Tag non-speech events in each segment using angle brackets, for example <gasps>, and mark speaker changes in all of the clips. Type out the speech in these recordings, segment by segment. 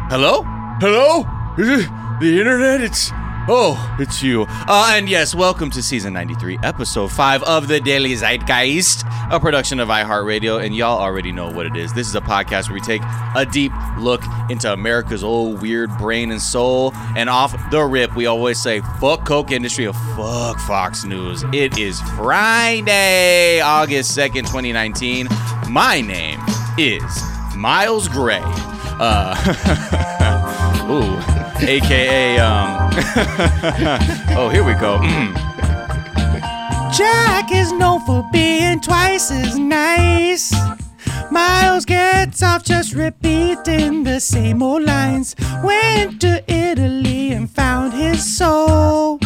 Speaker 1: Hello? Hello? Is it the internet? It's. Oh, it's you. Uh, and yes, welcome to season 93, episode 5 of The Daily Zeitgeist, a production of iHeartRadio. And y'all already know what it is. This is a podcast where we take a deep look into America's old weird brain and soul. And off the rip, we always say, fuck Coke Industry or fuck Fox News. It is Friday, August 2nd, 2019. My name is Miles Gray. Uh, ooh, <laughs> aka um. <laughs> oh, here we go. <clears throat> Jack is known for being twice as nice. Miles gets off just repeating the same old lines. Went to Italy and found his soul.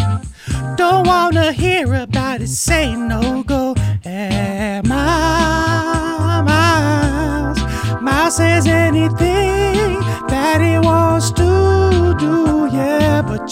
Speaker 1: Don't wanna hear about it, say no go. Eh, Miles, Miles says anything that he wants to do, yeah, but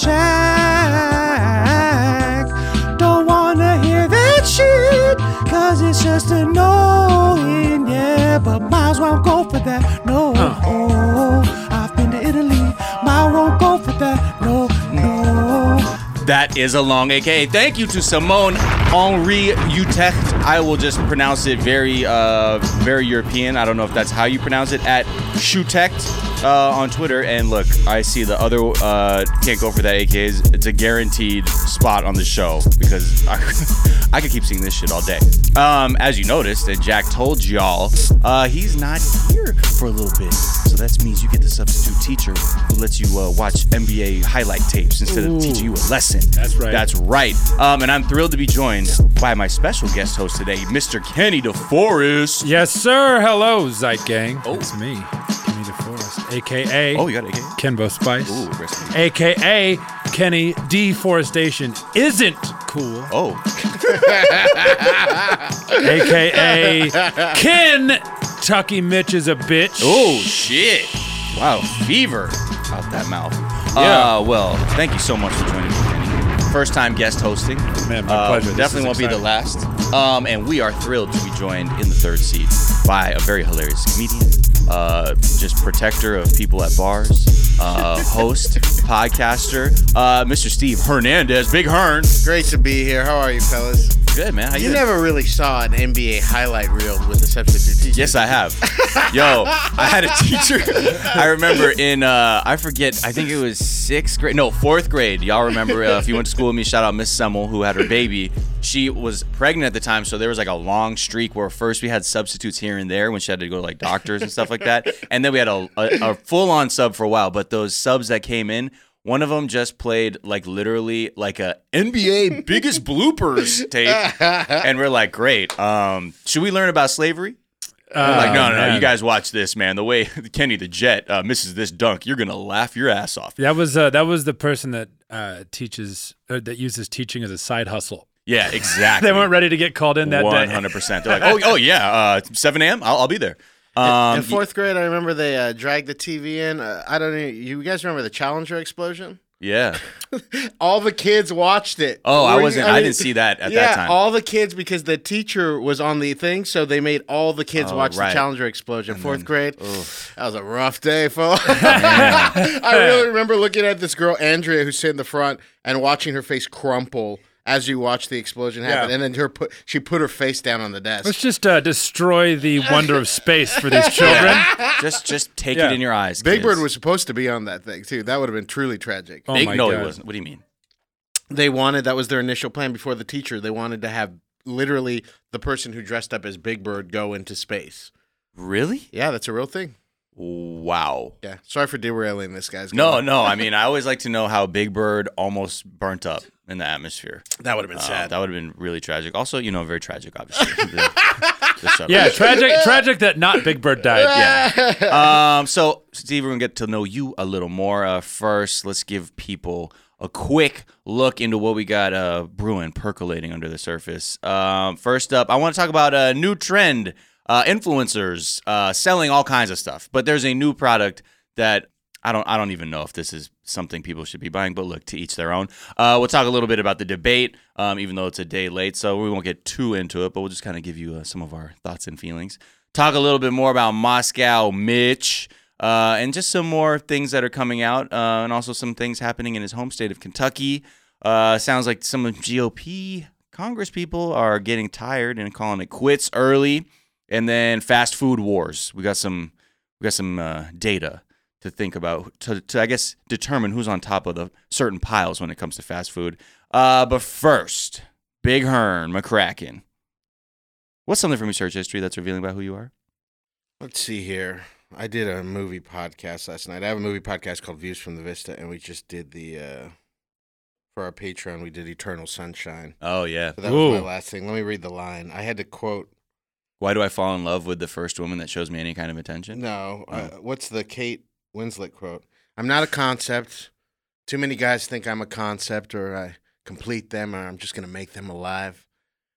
Speaker 1: Jack don't wanna hear that shit, cause it's just annoying, yeah, but Miles won't go for that, no. Oh, I've been to Italy, Miles won't go for that, no, no. That is a long AKA. Thank you to Simone Henri Utecht. I will just pronounce it very, uh, very European. I don't know if that's how you pronounce it. At Shutecht uh, on Twitter. And look, I see the other uh, can't go for that AKAs. It's a guaranteed spot on the show because I, <laughs> I could keep seeing this shit all day. Um, as you noticed, and Jack told y'all, uh, he's not here for a little bit. So that means you get the substitute teacher who lets you uh, watch NBA highlight tapes instead of teaching you a lesson.
Speaker 2: That's right.
Speaker 1: That's right. Um, and I'm thrilled to be joined by my special guest host today, Mr. Kenny DeForest.
Speaker 2: Yes, sir. Hello, Zeit Gang. Oh. It's me, Kenny DeForest, aka
Speaker 1: Oh, you got AK?
Speaker 2: Kenbo Spice,
Speaker 1: Ooh, rest in peace.
Speaker 2: aka Kenny Deforestation isn't cool,
Speaker 1: Oh, <laughs>
Speaker 2: aka Kentucky Mitch is a bitch.
Speaker 1: oh, shit! Wow, fever out that mouth.
Speaker 2: Yeah.
Speaker 1: Uh, well, thank you so much for joining me, Kenny. First time guest hosting.
Speaker 2: Man, my
Speaker 1: Uh,
Speaker 2: pleasure. This
Speaker 1: Definitely
Speaker 2: is
Speaker 1: won't be the last. Um, and we are thrilled to be joined in the third seat by a very hilarious comedian, uh, just protector of people at bars, uh, host, <laughs> podcaster, uh, Mr. Steve Hernandez, Big Hern.
Speaker 3: Great to be here. How are you, fellas?
Speaker 1: Good man. How
Speaker 3: You
Speaker 1: you doing?
Speaker 3: never really saw an NBA highlight reel with a substitute teacher.
Speaker 1: Yes, I have. Yo, I had a teacher. <laughs> I remember in uh, I forget. I think it was sixth grade. No, fourth grade. Y'all remember? Uh, if you went to school with me, shout out Miss Semmel, who had her baby. She was pregnant at the time, so there was like a long streak where first we had substitutes here and there when she had to go to like doctors and stuff like that, and then we had a, a, a full on sub for a while. But those subs that came in. One of them just played like literally like a NBA biggest bloopers tape, and we're like, great. Um, should we learn about slavery?
Speaker 2: Uh,
Speaker 1: like, no, no, no,
Speaker 2: man.
Speaker 1: you guys watch this, man. The way <laughs> Kenny the Jet uh, misses this dunk, you're gonna laugh your ass off.
Speaker 2: That was uh, that was the person that uh, teaches or that uses teaching as a side hustle.
Speaker 1: Yeah, exactly.
Speaker 2: <laughs> They weren't ready to get called in that
Speaker 1: One
Speaker 2: day.
Speaker 1: hundred percent. They're like, oh, oh yeah, uh, seven a.m. I'll, I'll be there. Um,
Speaker 3: In fourth grade, I remember they uh, dragged the TV in. Uh, I don't know. You guys remember the Challenger explosion?
Speaker 1: yeah.
Speaker 3: All the kids watched it.
Speaker 1: Oh, I
Speaker 3: Were you-
Speaker 1: wasn't. I,
Speaker 3: mean,
Speaker 1: didn't see that at
Speaker 3: yeah,
Speaker 1: that time.
Speaker 3: all the kids because the teacher was on the thing, so they made all the kids
Speaker 1: Oh,
Speaker 3: watch
Speaker 1: right.
Speaker 3: the Challenger explosion. Fourth
Speaker 1: then-
Speaker 3: grade, that was a rough day,
Speaker 1: <laughs>
Speaker 3: folks. I really remember looking at this girl Andrea who's sitting in the front and watching her face crumple as you watch the explosion happen,
Speaker 2: Yeah.
Speaker 3: and then her put she put her face down on the desk.
Speaker 2: Let's just uh, destroy the wonder of space
Speaker 1: <laughs>
Speaker 2: for these children.
Speaker 1: just, just take
Speaker 2: Yeah.
Speaker 1: it in your eyes.
Speaker 3: Big
Speaker 1: kids.
Speaker 3: Bird was supposed to be on that thing too. That would have been truly tragic.
Speaker 2: Oh
Speaker 1: Big,
Speaker 2: my
Speaker 1: no,
Speaker 2: God.
Speaker 1: it wasn't. What do you mean?
Speaker 3: They wanted that was their initial plan before the teacher. They wanted to have literally the person who dressed up as Big Bird go into space.
Speaker 1: Really?
Speaker 3: Yeah, that's a real thing.
Speaker 1: Wow.
Speaker 3: Yeah. Sorry for derailing this, guys.
Speaker 1: No, no. I mean, I always like to know how Big Bird almost burnt up in the atmosphere.
Speaker 3: that would have been
Speaker 1: Uh,
Speaker 3: sad.
Speaker 1: That would have been really tragic. Also, you know, very tragic, obviously. <laughs> The-
Speaker 2: <laughs>
Speaker 1: the shuttle. <laughs>
Speaker 2: Yeah, tragic, tragic that not Big Bird died. Yeah.
Speaker 3: <laughs>
Speaker 1: um, so, Steve, we're gonna get to know you a little more. Uh, first, let's give people a quick look into what we got uh, brewing, percolating under the surface. Um, first up, I want to talk about a new trend: uh, influencers uh, selling all kinds of stuff. But there's a new product that I don't I don't even know if this is something people should be buying, but look, to each their own. Uh, we'll talk a little bit about the debate, um, even though it's a day late, so we won't get too into it, but we'll just kind of give you uh, some of our thoughts and feelings. Talk a little bit more about Moscow Mitch. uh, and just some more things that are coming out, uh, and also some things happening in his home state of Kentucky. Uh, sounds like some of GOP Congress people are getting tired and calling it quits early, and then fast food wars. We got some, we got some uh, data to think about to, to I guess determine who's on top of the certain piles when it comes to fast food. Uh, but first, Big Hearn McCracken. What's something from your search history that's revealing about who you are?
Speaker 3: Let's see here. I did a movie podcast last night. I have a movie podcast called Views from the Vista, and we just did the uh, for our Patreon. We did Eternal Sunshine.
Speaker 1: Oh yeah.
Speaker 3: So that was
Speaker 2: Ooh.
Speaker 3: my last thing. Let me read the line. I had to quote.
Speaker 1: Why do I fall in love with the first woman that shows me any kind of attention?
Speaker 3: No, uh, what's the Kate Winslet quote? I'm not a concept. Too many guys think I'm a concept, or I complete them, or I'm just gonna make them alive.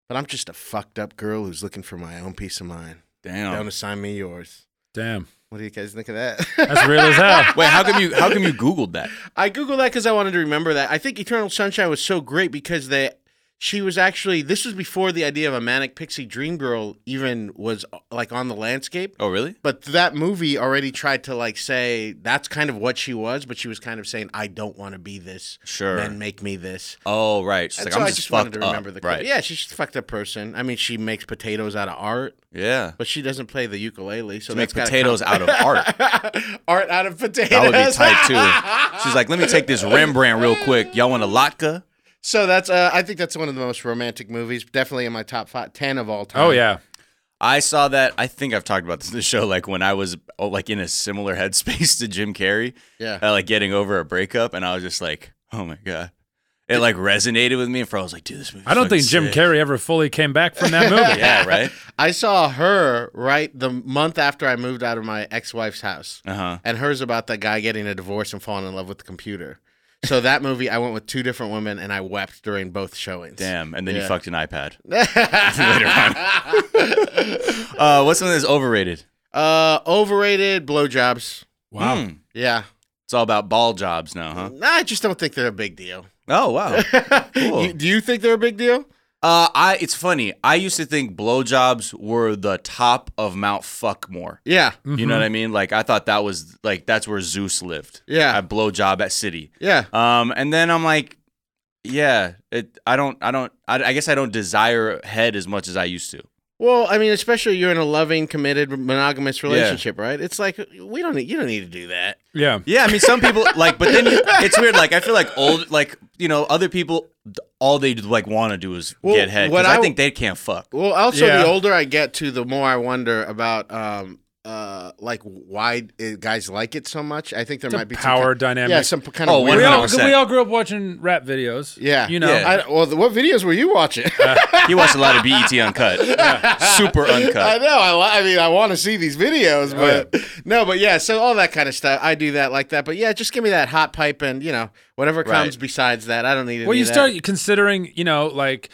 Speaker 3: But I'm just a fucked up girl who's looking for my own peace of mind. Don't
Speaker 1: Damn.
Speaker 3: assign me yours.
Speaker 2: Damn.
Speaker 3: What do you guys think of that?
Speaker 2: That's real as hell.
Speaker 1: <laughs> Wait, how come you how come you Googled that?
Speaker 3: <laughs> I googled that because I wanted to remember that. I think Eternal Sunshine was so great because they, she was actually this was before the idea of a manic pixie dream girl even was like on the landscape.
Speaker 1: Oh really?
Speaker 3: But that movie already tried to like say that's kind of what she was, but she was kind of saying I don't want to be this.
Speaker 1: Sure.
Speaker 3: men make me this.
Speaker 1: Oh right. She's like,
Speaker 3: And so
Speaker 1: I'm
Speaker 3: I
Speaker 1: just,
Speaker 3: just
Speaker 1: fucked
Speaker 3: wanted to remember
Speaker 1: up.
Speaker 3: the
Speaker 1: right.
Speaker 3: Yeah, she's just a fucked up person. I mean, she makes potatoes out of art,
Speaker 1: Yeah.
Speaker 3: but she doesn't play the ukulele, so
Speaker 1: She
Speaker 3: that's
Speaker 1: makes
Speaker 3: gotta
Speaker 1: potatoes out of art.
Speaker 3: <laughs> count. art out of potatoes.
Speaker 1: That would be tight too. She's like, let me take this Rembrandt real quick. Y'all want a latke?
Speaker 3: <laughs> So that's uh, I think that's one of the most romantic movies, definitely in my top five, ten of all time.
Speaker 2: <laughs> Oh yeah.
Speaker 1: I saw that. I think I've talked about this in the show. Like when I was oh, like in a similar <laughs> headspace to Jim Carrey,
Speaker 3: yeah.
Speaker 1: uh, like getting over a breakup, and I was just like, oh my god, it like resonated with me. And for I was like, dude, this movie.
Speaker 2: I don't think Jim Carrey ever fully came back from that
Speaker 1: <laughs>
Speaker 2: movie.
Speaker 1: Yeah, right.
Speaker 3: I saw her right the month after I moved out of my ex-wife's house,
Speaker 1: Uh huh.
Speaker 3: and hers about that guy getting a divorce and falling in love with the computer.
Speaker 1: <laughs>
Speaker 3: So that movie, I went with two different women, and I wept during both showings. <laughs>
Speaker 1: Damn. And then you
Speaker 3: Yeah.
Speaker 1: fucked an iPad.
Speaker 3: Later
Speaker 1: Uh, what's something that's overrated?
Speaker 3: <laughs> uh, overrated blowjobs.
Speaker 2: Wow.
Speaker 1: Hmm.
Speaker 3: Yeah,
Speaker 1: It's all about ball jobs now, huh?
Speaker 3: Nah, I just don't think they're a big deal. <laughs>
Speaker 1: Oh
Speaker 2: <laughs>
Speaker 1: wow. Cool.
Speaker 3: You- do you think they're a big deal?
Speaker 1: Uh, I it's funny. I used to think blowjobs were the top of Mount Fuckmore.
Speaker 3: Yeah,
Speaker 2: Mm-hmm.
Speaker 1: You know what I mean? Like I thought that was like that's where Zeus lived.
Speaker 3: Yeah.
Speaker 1: a blowjob at City.
Speaker 3: yeah.
Speaker 1: Um, and then I'm like, yeah, it. I don't. I don't. I, I guess I don't desire head as much as I used to.
Speaker 3: Well, I mean, especially you're in a loving, committed, monogamous relationship, right? It's like we don't need you don't need to do that.
Speaker 2: Yeah.
Speaker 1: Yeah, I mean, some people <laughs> like, but then you- it's weird. Like I feel like old, like you know, other people, all they like want to do is
Speaker 3: Well,
Speaker 1: get head. 'cause
Speaker 3: what
Speaker 1: I,
Speaker 3: I-
Speaker 1: think they can't
Speaker 3: <laughs>
Speaker 1: fuck.
Speaker 3: Well, also
Speaker 2: Yeah.
Speaker 3: the older I get to, the more I wonder about um uh like why uh, guys like it so much. I think there
Speaker 2: The
Speaker 3: might be
Speaker 2: power
Speaker 3: some kind,
Speaker 2: dynamic.
Speaker 3: yeah, some p- kind of
Speaker 1: Oh,
Speaker 3: weird.
Speaker 2: we all,
Speaker 1: 100%.
Speaker 2: we all grew up watching rap videos.
Speaker 3: Yeah.
Speaker 2: You know.
Speaker 1: Yeah.
Speaker 3: I, well, what videos were
Speaker 1: <laughs>
Speaker 3: you watching?
Speaker 1: He watched a lot of BET
Speaker 3: <laughs>
Speaker 1: uncut, super
Speaker 3: I
Speaker 1: uncut.
Speaker 3: know. I, li- I mean, I want to see these videos,
Speaker 2: Oh,
Speaker 3: but no, but yeah. So all that kind of stuff, I do that like that. But yeah, just give me that hot pipe and you know whatever
Speaker 1: Right.
Speaker 3: comes besides that. I don't need.
Speaker 2: Well,
Speaker 3: any
Speaker 2: you
Speaker 3: of that.
Speaker 2: start considering, you know, like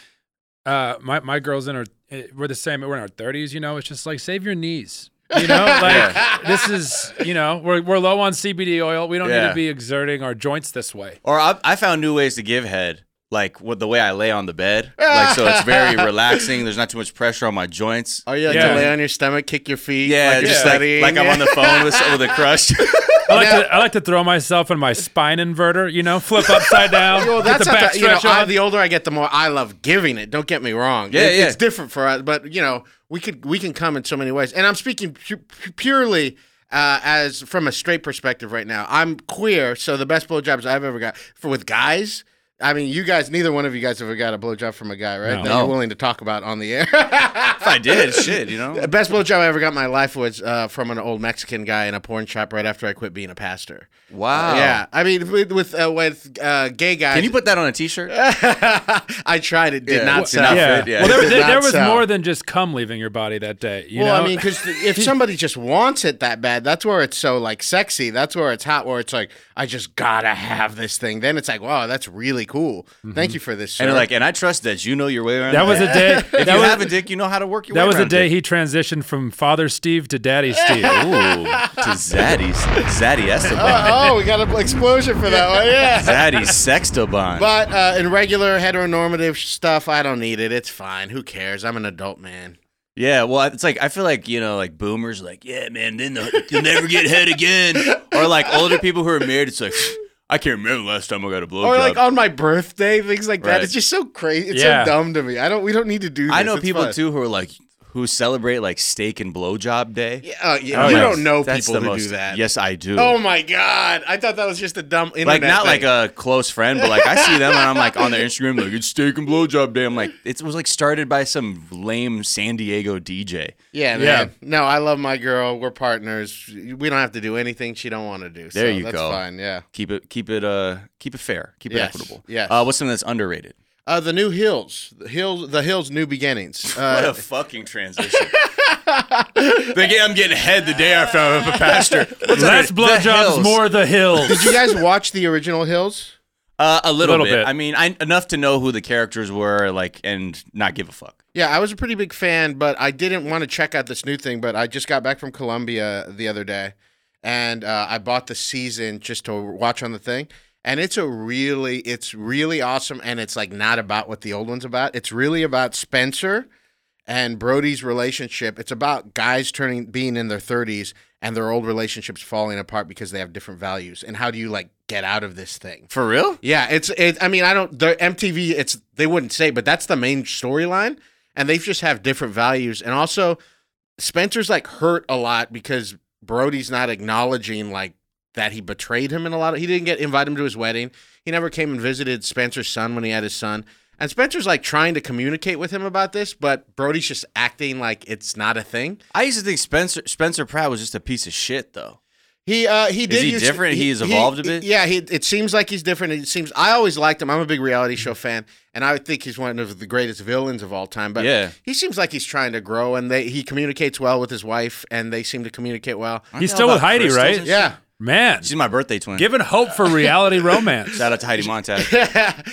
Speaker 2: uh, my my girls in our eh, we're the same. We're in our thirties, you know. It's just like save your knees, you know. Like this is, you know, we're we're low on CBD oil. We don't need
Speaker 1: Yeah.
Speaker 2: to be exerting our joints this way.
Speaker 1: Or I, I found new ways to give head, like with the way I lay on the bed, like so it's
Speaker 3: <laughs>
Speaker 1: very relaxing. There's not too much pressure on my joints.
Speaker 3: Oh yeah,
Speaker 2: Yeah.
Speaker 3: to lay on your stomach, kick your feet.
Speaker 1: Yeah,
Speaker 3: like you're
Speaker 1: just
Speaker 3: studying.
Speaker 1: like like I'm on the phone with with a crush. <laughs>
Speaker 2: I like to I like to throw myself in my spine inverter, you know, flip
Speaker 1: <laughs>
Speaker 2: upside down,
Speaker 3: Well,
Speaker 2: get
Speaker 3: that's
Speaker 2: the
Speaker 3: not
Speaker 2: back
Speaker 3: the, you know,
Speaker 2: stretch
Speaker 3: I,
Speaker 2: on.
Speaker 3: the older I get, the more I love giving it. Don't get me wrong.
Speaker 1: Yeah,
Speaker 3: It-
Speaker 1: yeah.
Speaker 3: It's different for us, but you know, we could we can come in so many ways. And I'm speaking pu- pu- purely uh, as from a straight perspective right now. I'm queer, so the best blowjobs I've ever got for with guys. I mean, you guys, neither one of you guys ever got a blowjob from a guy, right?
Speaker 2: No.
Speaker 3: That
Speaker 1: No.
Speaker 3: you're willing to talk about on the air. <laughs>
Speaker 1: if I did, shit, you know.
Speaker 3: The best blowjob I ever got in my life was uh, from an old Mexican guy in a porn shop right after I quit being a pastor.
Speaker 1: Wow.
Speaker 3: Yeah, I mean, with with, uh, with uh, gay guys.
Speaker 1: Can you put that on a T-shirt?
Speaker 3: <laughs> I tried it. Did
Speaker 1: Yeah.
Speaker 3: not
Speaker 1: Did
Speaker 3: sell.
Speaker 1: not
Speaker 2: yeah.
Speaker 1: fit, yeah.
Speaker 2: Well,
Speaker 3: It
Speaker 2: there,
Speaker 3: did
Speaker 2: there,
Speaker 3: not
Speaker 2: there was
Speaker 3: sell.
Speaker 2: more than just cum leaving your body that day. You
Speaker 3: well,
Speaker 2: know,
Speaker 3: I mean, because <laughs> if somebody just wants it that bad, that's where it's so like sexy. That's where it's hot. Where it's like, I just gotta have this thing. Then it's like, wow, that's really cool. Thank you for this.
Speaker 1: And
Speaker 3: sir.
Speaker 1: they're like, and I trust that you know your way around.
Speaker 2: that was
Speaker 1: it. <laughs>
Speaker 2: a day.
Speaker 1: If
Speaker 2: that
Speaker 1: you
Speaker 2: was,
Speaker 1: have a dick, you know how to work your
Speaker 2: that
Speaker 1: way
Speaker 2: was the
Speaker 1: around
Speaker 2: day
Speaker 1: it.
Speaker 2: he transitioned from Father Steve to Daddy
Speaker 1: <laughs>
Speaker 2: Steve.
Speaker 1: Ooh, to Zaddy, Zaddy Esteban,
Speaker 3: oh, oh, we got an explosion for that one. Yeah. <laughs>
Speaker 1: Zaddy Sextaban.
Speaker 3: Oh. But uh, in regular heteronormative stuff, I don't need it. It's fine. Who cares? I'm an adult man.
Speaker 1: Yeah, well, it's like I feel like you know, like boomers, are like yeah, man, then the, you'll never get head again, or like older people who are married. It's like I can't remember the last time I got a blowjob.
Speaker 3: Or like on my birthday, things like that.
Speaker 1: Right.
Speaker 3: It's just so crazy. It's
Speaker 2: Yeah.
Speaker 3: so dumb to me. I don't. We don't need to do. This.
Speaker 1: I know
Speaker 3: It's
Speaker 1: people
Speaker 3: fun.
Speaker 1: too who are like who celebrate like steak and blowjob day.
Speaker 3: Yeah, uh, yeah,
Speaker 1: Oh,
Speaker 3: you
Speaker 1: yeah.
Speaker 3: don't know
Speaker 1: That's
Speaker 3: people
Speaker 1: the
Speaker 3: who do
Speaker 1: most-
Speaker 3: that.
Speaker 1: Yes, I do.
Speaker 3: Oh my god! I thought that was just a dumb internet.
Speaker 1: like not like
Speaker 3: thing.
Speaker 1: a close friend, but like I see them and I'm like on their Instagram like it's steak and blowjob day. I'm like it was like started by some lame San Diego DJ.
Speaker 3: yeah,
Speaker 2: Yeah.
Speaker 3: man. No, I love my girl. We're partners. We don't have to do anything she don't want to do. So
Speaker 1: There you
Speaker 3: that's
Speaker 1: go.
Speaker 3: Fine. Yeah.
Speaker 1: Keep it, keep it, uh, keep it fair, keep it
Speaker 3: Yes,
Speaker 1: equitable.
Speaker 3: yes.
Speaker 1: Uh, what's something that's underrated?
Speaker 3: Uh, the new hills, the hills, the hills,
Speaker 1: <laughs>
Speaker 3: new beginnings.
Speaker 1: What a
Speaker 3: Uh,
Speaker 1: fucking <laughs> transition. Thinking I'm getting head the day after I'm a pastor. What's
Speaker 2: Less
Speaker 1: underrated? The
Speaker 2: blowjobs,
Speaker 1: hills.
Speaker 2: more the
Speaker 1: <laughs>
Speaker 3: did
Speaker 2: hills.
Speaker 3: you guys watch the original Hills?
Speaker 1: Uh, a little,
Speaker 2: Little
Speaker 1: bit.
Speaker 2: bit.
Speaker 1: I mean, I, enough to know who the characters were, like, and not give a fuck.
Speaker 3: Yeah, I was a pretty big fan, but I didn't want to check out this new thing. But I just got back from Colombia the other day, and uh, I bought the season just to watch on the thing. And it's a really, it's really awesome, and it's like not about what the old one's about. It's really about Spencer and Brody's relationship. It's about guys turning, being in their thirties, and their old relationships falling apart because they have different values. And how do you like get out of this thing?
Speaker 1: For real?
Speaker 3: Yeah, it's it. I mean, I don't. The MTV, it's they wouldn't say, but that's the main storyline, and they just have different values. And also, Spencer's like hurt a lot because Brody's not acknowledging like that he betrayed him in a lot of. He didn't get invite him to his wedding. He never came and visited Spencer's son when he had his son. And Spencer's like trying to communicate with him about this, but Brody's just acting like it's not a thing.
Speaker 1: I used to think Spencer Spencer Pratt was just a piece of shit, though.
Speaker 3: He uh he did
Speaker 1: he
Speaker 3: used
Speaker 1: different? He's evolved a bit?
Speaker 3: Yeah, he, it seems like he's different. It seems I always liked him. I'm a big reality show fan, and I think he's one of the greatest villains of all time. But
Speaker 1: Yeah.
Speaker 3: he seems like he's trying to grow, and they he communicates well with his wife, and they seem to communicate well.
Speaker 1: Aren't
Speaker 2: He's
Speaker 1: they all
Speaker 2: still with
Speaker 1: about
Speaker 2: Heidi,
Speaker 1: crystals
Speaker 2: right?
Speaker 1: and shit?
Speaker 3: Yeah,
Speaker 2: Man,
Speaker 1: She's my birthday twin.
Speaker 2: giving hope
Speaker 1: <laughs>
Speaker 2: for reality romance.
Speaker 1: Shout out to Heidi Montag.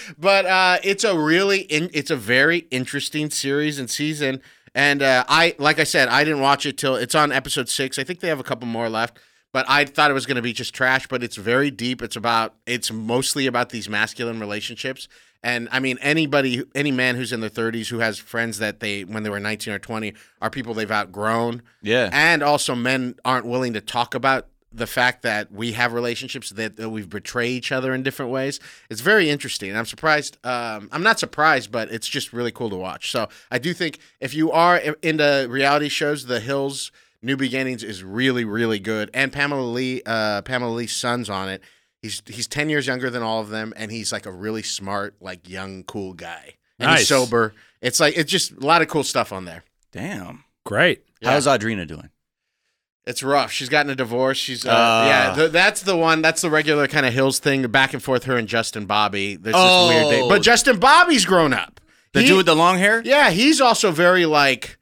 Speaker 3: <laughs> but uh, it's a really in, it's a very interesting series and season. And uh, I like I said, I didn't watch it till it's on episode six. I think they have a couple more left. But I thought it was going to be just trash. But it's very deep. It's about it's mostly about these masculine relationships. And I mean, anybody, any man who's in their 30s who has friends that they, when they were 19 or 20, are people they've outgrown.
Speaker 1: Yeah.
Speaker 3: And also, men aren't willing to talk about the fact that we have relationships that, that we've betrayed each other in different ways. It's very interesting. I'm surprised. Um, I'm not surprised, but it's just really cool to watch. So I do think if you are i- into reality shows, The Hills New Beginnings is really, really good. And Pamela Lee, uh, Pamela Lee's son's on it. He's he's ten years younger than all of them, and he's like a really smart, like young, cool guy. And he's
Speaker 2: Nice.
Speaker 3: sober. It's like it's just a lot of cool stuff on there.
Speaker 1: Damn.
Speaker 2: Great.
Speaker 3: Yeah.
Speaker 1: How's Audrina doing?
Speaker 3: It's rough. She's gotten a divorce. She's uh,
Speaker 1: Ah.
Speaker 3: yeah. Th- that's the one. That's the regular kind of Hills thing. The back and forth. Her and Justin Bobby. There's this weird
Speaker 1: Oh.
Speaker 3: date. But Justin Bobby's grown up.
Speaker 1: The
Speaker 3: He-
Speaker 1: dude with the long hair?
Speaker 3: yeah, he's also very like.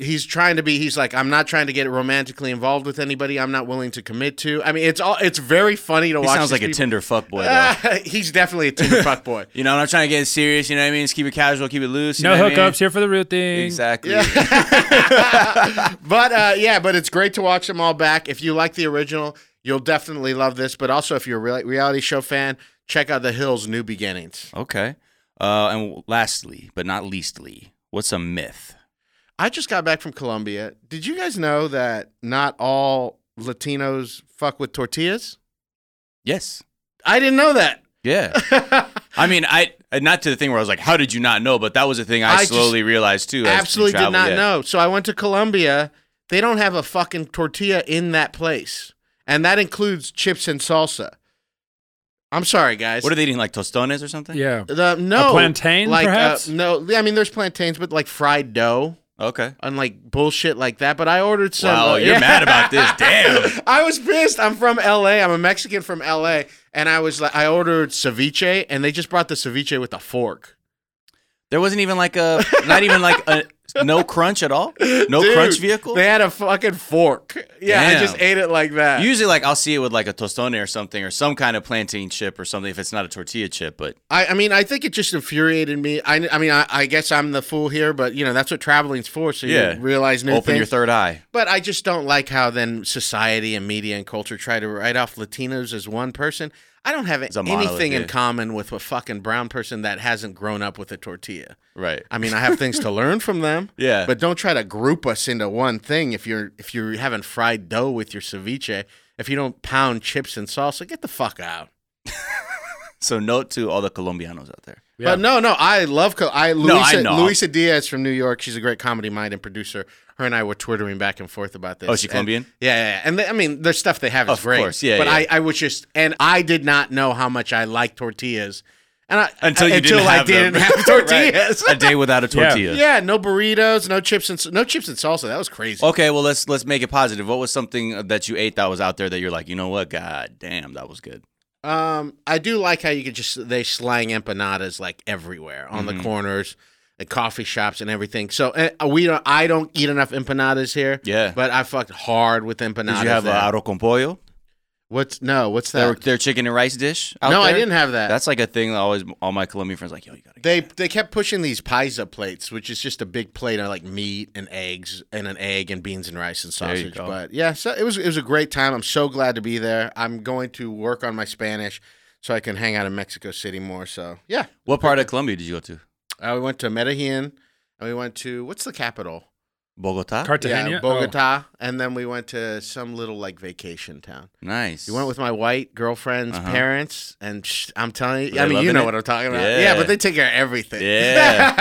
Speaker 3: He's trying to be. He's like, I'm not trying to get romantically involved with anybody. I'm not willing to commit to. I mean, it's all. It's very funny to
Speaker 1: He
Speaker 3: watch.
Speaker 1: sounds
Speaker 3: these
Speaker 1: like a
Speaker 3: people.
Speaker 1: Tinder fuckboy, though.
Speaker 3: Ah, <laughs> he's definitely a Tinder
Speaker 1: <laughs>
Speaker 3: fuck boy.
Speaker 1: You know, I'm not trying to get serious. You know what I mean? Just keep it casual, keep it loose. you
Speaker 2: No
Speaker 1: know what I mean?
Speaker 2: hookups here for the real thing.
Speaker 1: Exactly.
Speaker 3: but uh, yeah, but it's great to watch them all back. If you like the original, you'll definitely love this. But also, if you're a re- reality show fan, check out The Hills: New Beginnings.
Speaker 1: <laughs> Okay. Uh, and lastly, but not leastly, what's a myth?
Speaker 3: I just got back from Colombia. Did you guys know that not all Latinos fuck with tortillas?
Speaker 1: Yes.
Speaker 3: I didn't
Speaker 1: <laughs>
Speaker 3: know that.
Speaker 1: Yeah.
Speaker 3: <laughs>
Speaker 1: I mean, I uh, not to the thing where I was like, "How did you not know?" But that was a thing I,
Speaker 3: I just
Speaker 1: slowly realized too. as you
Speaker 3: Absolutely did
Speaker 1: travel,
Speaker 3: not
Speaker 1: yeah.
Speaker 3: know. So I went to Colombia. They don't have a fucking tortilla in that place, and that includes chips and salsa. I'm sorry, guys.
Speaker 1: What are they eating, like tostones or something?
Speaker 2: Yeah.
Speaker 3: The no
Speaker 2: A plantain,
Speaker 3: like, uh,
Speaker 2: perhaps?
Speaker 3: no, I mean there's plantains, but like fried dough
Speaker 1: Okay.
Speaker 3: and like bullshit like that. But I ordered some.
Speaker 1: Wow,
Speaker 3: uh,
Speaker 1: you're
Speaker 3: <laughs> yeah.
Speaker 1: mad about this. Damn.
Speaker 3: I was pissed. I'm from LA. I'm a Mexican from LA, and I was like, I ordered ceviche, and they just brought the ceviche with a fork.
Speaker 1: There wasn't even like a, not even like a, no crunch at all. No
Speaker 3: Dude,
Speaker 1: crunch vehicle.
Speaker 3: They had a fucking fork. Yeah, I
Speaker 1: Damn.
Speaker 3: just ate it like that.
Speaker 1: Usually, like I'll see it with like a tostone or something, or some kind of plantain chip or something. If it's not a tortilla chip, but
Speaker 3: I, I mean, I think it just infuriated me. I, I mean, I, I guess I'm the fool here, but you know that's what traveling's for. So
Speaker 1: Yeah.
Speaker 3: you realize new
Speaker 1: open your
Speaker 3: things.
Speaker 1: third eye.
Speaker 3: But I just don't like how then society and media and culture try to write off Latinos as one person. I don't have
Speaker 1: It's a monolith,
Speaker 3: anything in
Speaker 1: yeah.
Speaker 3: common with a fucking brown person that hasn't grown up with a tortilla.
Speaker 1: Right.
Speaker 3: I mean, I have things to learn from them.
Speaker 1: <laughs> Yeah.
Speaker 3: But don't try to group us into one thing if you're if you're having fried dough with your ceviche. If you don't pound chips and salsa, get the fuck out.
Speaker 1: So note to all the Colombianos out there.
Speaker 2: Yeah.
Speaker 3: But no, no, I love co- I Luisa,
Speaker 1: know.
Speaker 3: Luisa Diaz from New York. She's a great comedy mind and producer. Her and I were twittering back and forth about this.
Speaker 1: Oh, she
Speaker 3: And-
Speaker 1: Colombian?
Speaker 3: yeah, yeah, yeah. And they, I mean, their stuff they have is
Speaker 1: Of
Speaker 3: great.
Speaker 1: course, yeah,
Speaker 3: But
Speaker 1: yeah.
Speaker 3: I, I was just, and I did not know how much I liked tortillas, and I
Speaker 1: Until you
Speaker 3: Uh, until
Speaker 1: didn't
Speaker 3: I
Speaker 1: have them.
Speaker 3: didn't
Speaker 1: <laughs>
Speaker 3: have tortillas.
Speaker 1: A day without a tortilla.
Speaker 3: <laughs> Yeah, no burritos, no chips and no chips and salsa. That was crazy.
Speaker 1: Okay, well let's let's make it positive. What was something that you ate that was out there that you're like, you know what? God damn, that was good.
Speaker 3: Um, I do like how you could just they slang empanadas like everywhere on
Speaker 1: Mm-hmm.
Speaker 3: the corners, the coffee shops and everything. So uh, we don't. I don't eat enough empanadas here.
Speaker 1: Yeah.
Speaker 3: but I fucked hard with empanadas.
Speaker 1: Did you have uh,
Speaker 3: there.
Speaker 1: arroz con pollo?
Speaker 3: what's no? What's
Speaker 1: Their,
Speaker 3: that?
Speaker 1: their chicken and rice dish? out
Speaker 3: No, I
Speaker 1: there?
Speaker 3: didn't have that.
Speaker 1: That's like a thing that always all my Colombian friends are like, yo, you gotta get
Speaker 3: they they kept pushing these paisa plates, which is just a big plate of like meat and eggs and an egg and beans and rice and
Speaker 1: There you
Speaker 3: sausage.
Speaker 1: go.
Speaker 3: But yeah, so it was it was a great time. I'm so glad to be there. I'm going to work on my Spanish so I can hang out in Mexico City more. So yeah,
Speaker 1: What part of Colombia did you go to?
Speaker 3: Uh, we went to Medellin, and we went to what's the capital?
Speaker 1: Bogota?
Speaker 2: Cartagena, Oh,
Speaker 3: Yeah, Bogota,
Speaker 1: Oh.
Speaker 3: and then we went to some little like vacation town.
Speaker 1: nice.
Speaker 3: We went with my white girlfriend's
Speaker 1: Uh-huh.
Speaker 3: parents, and sh- I'm telling you,
Speaker 1: Were
Speaker 3: I
Speaker 1: they
Speaker 3: mean,
Speaker 1: loving
Speaker 3: you know
Speaker 1: it? eh?
Speaker 3: what I'm talking about.
Speaker 1: Yeah.
Speaker 3: Yeah, but they take care of everything. <laughs>
Speaker 1: Yeah. <laughs>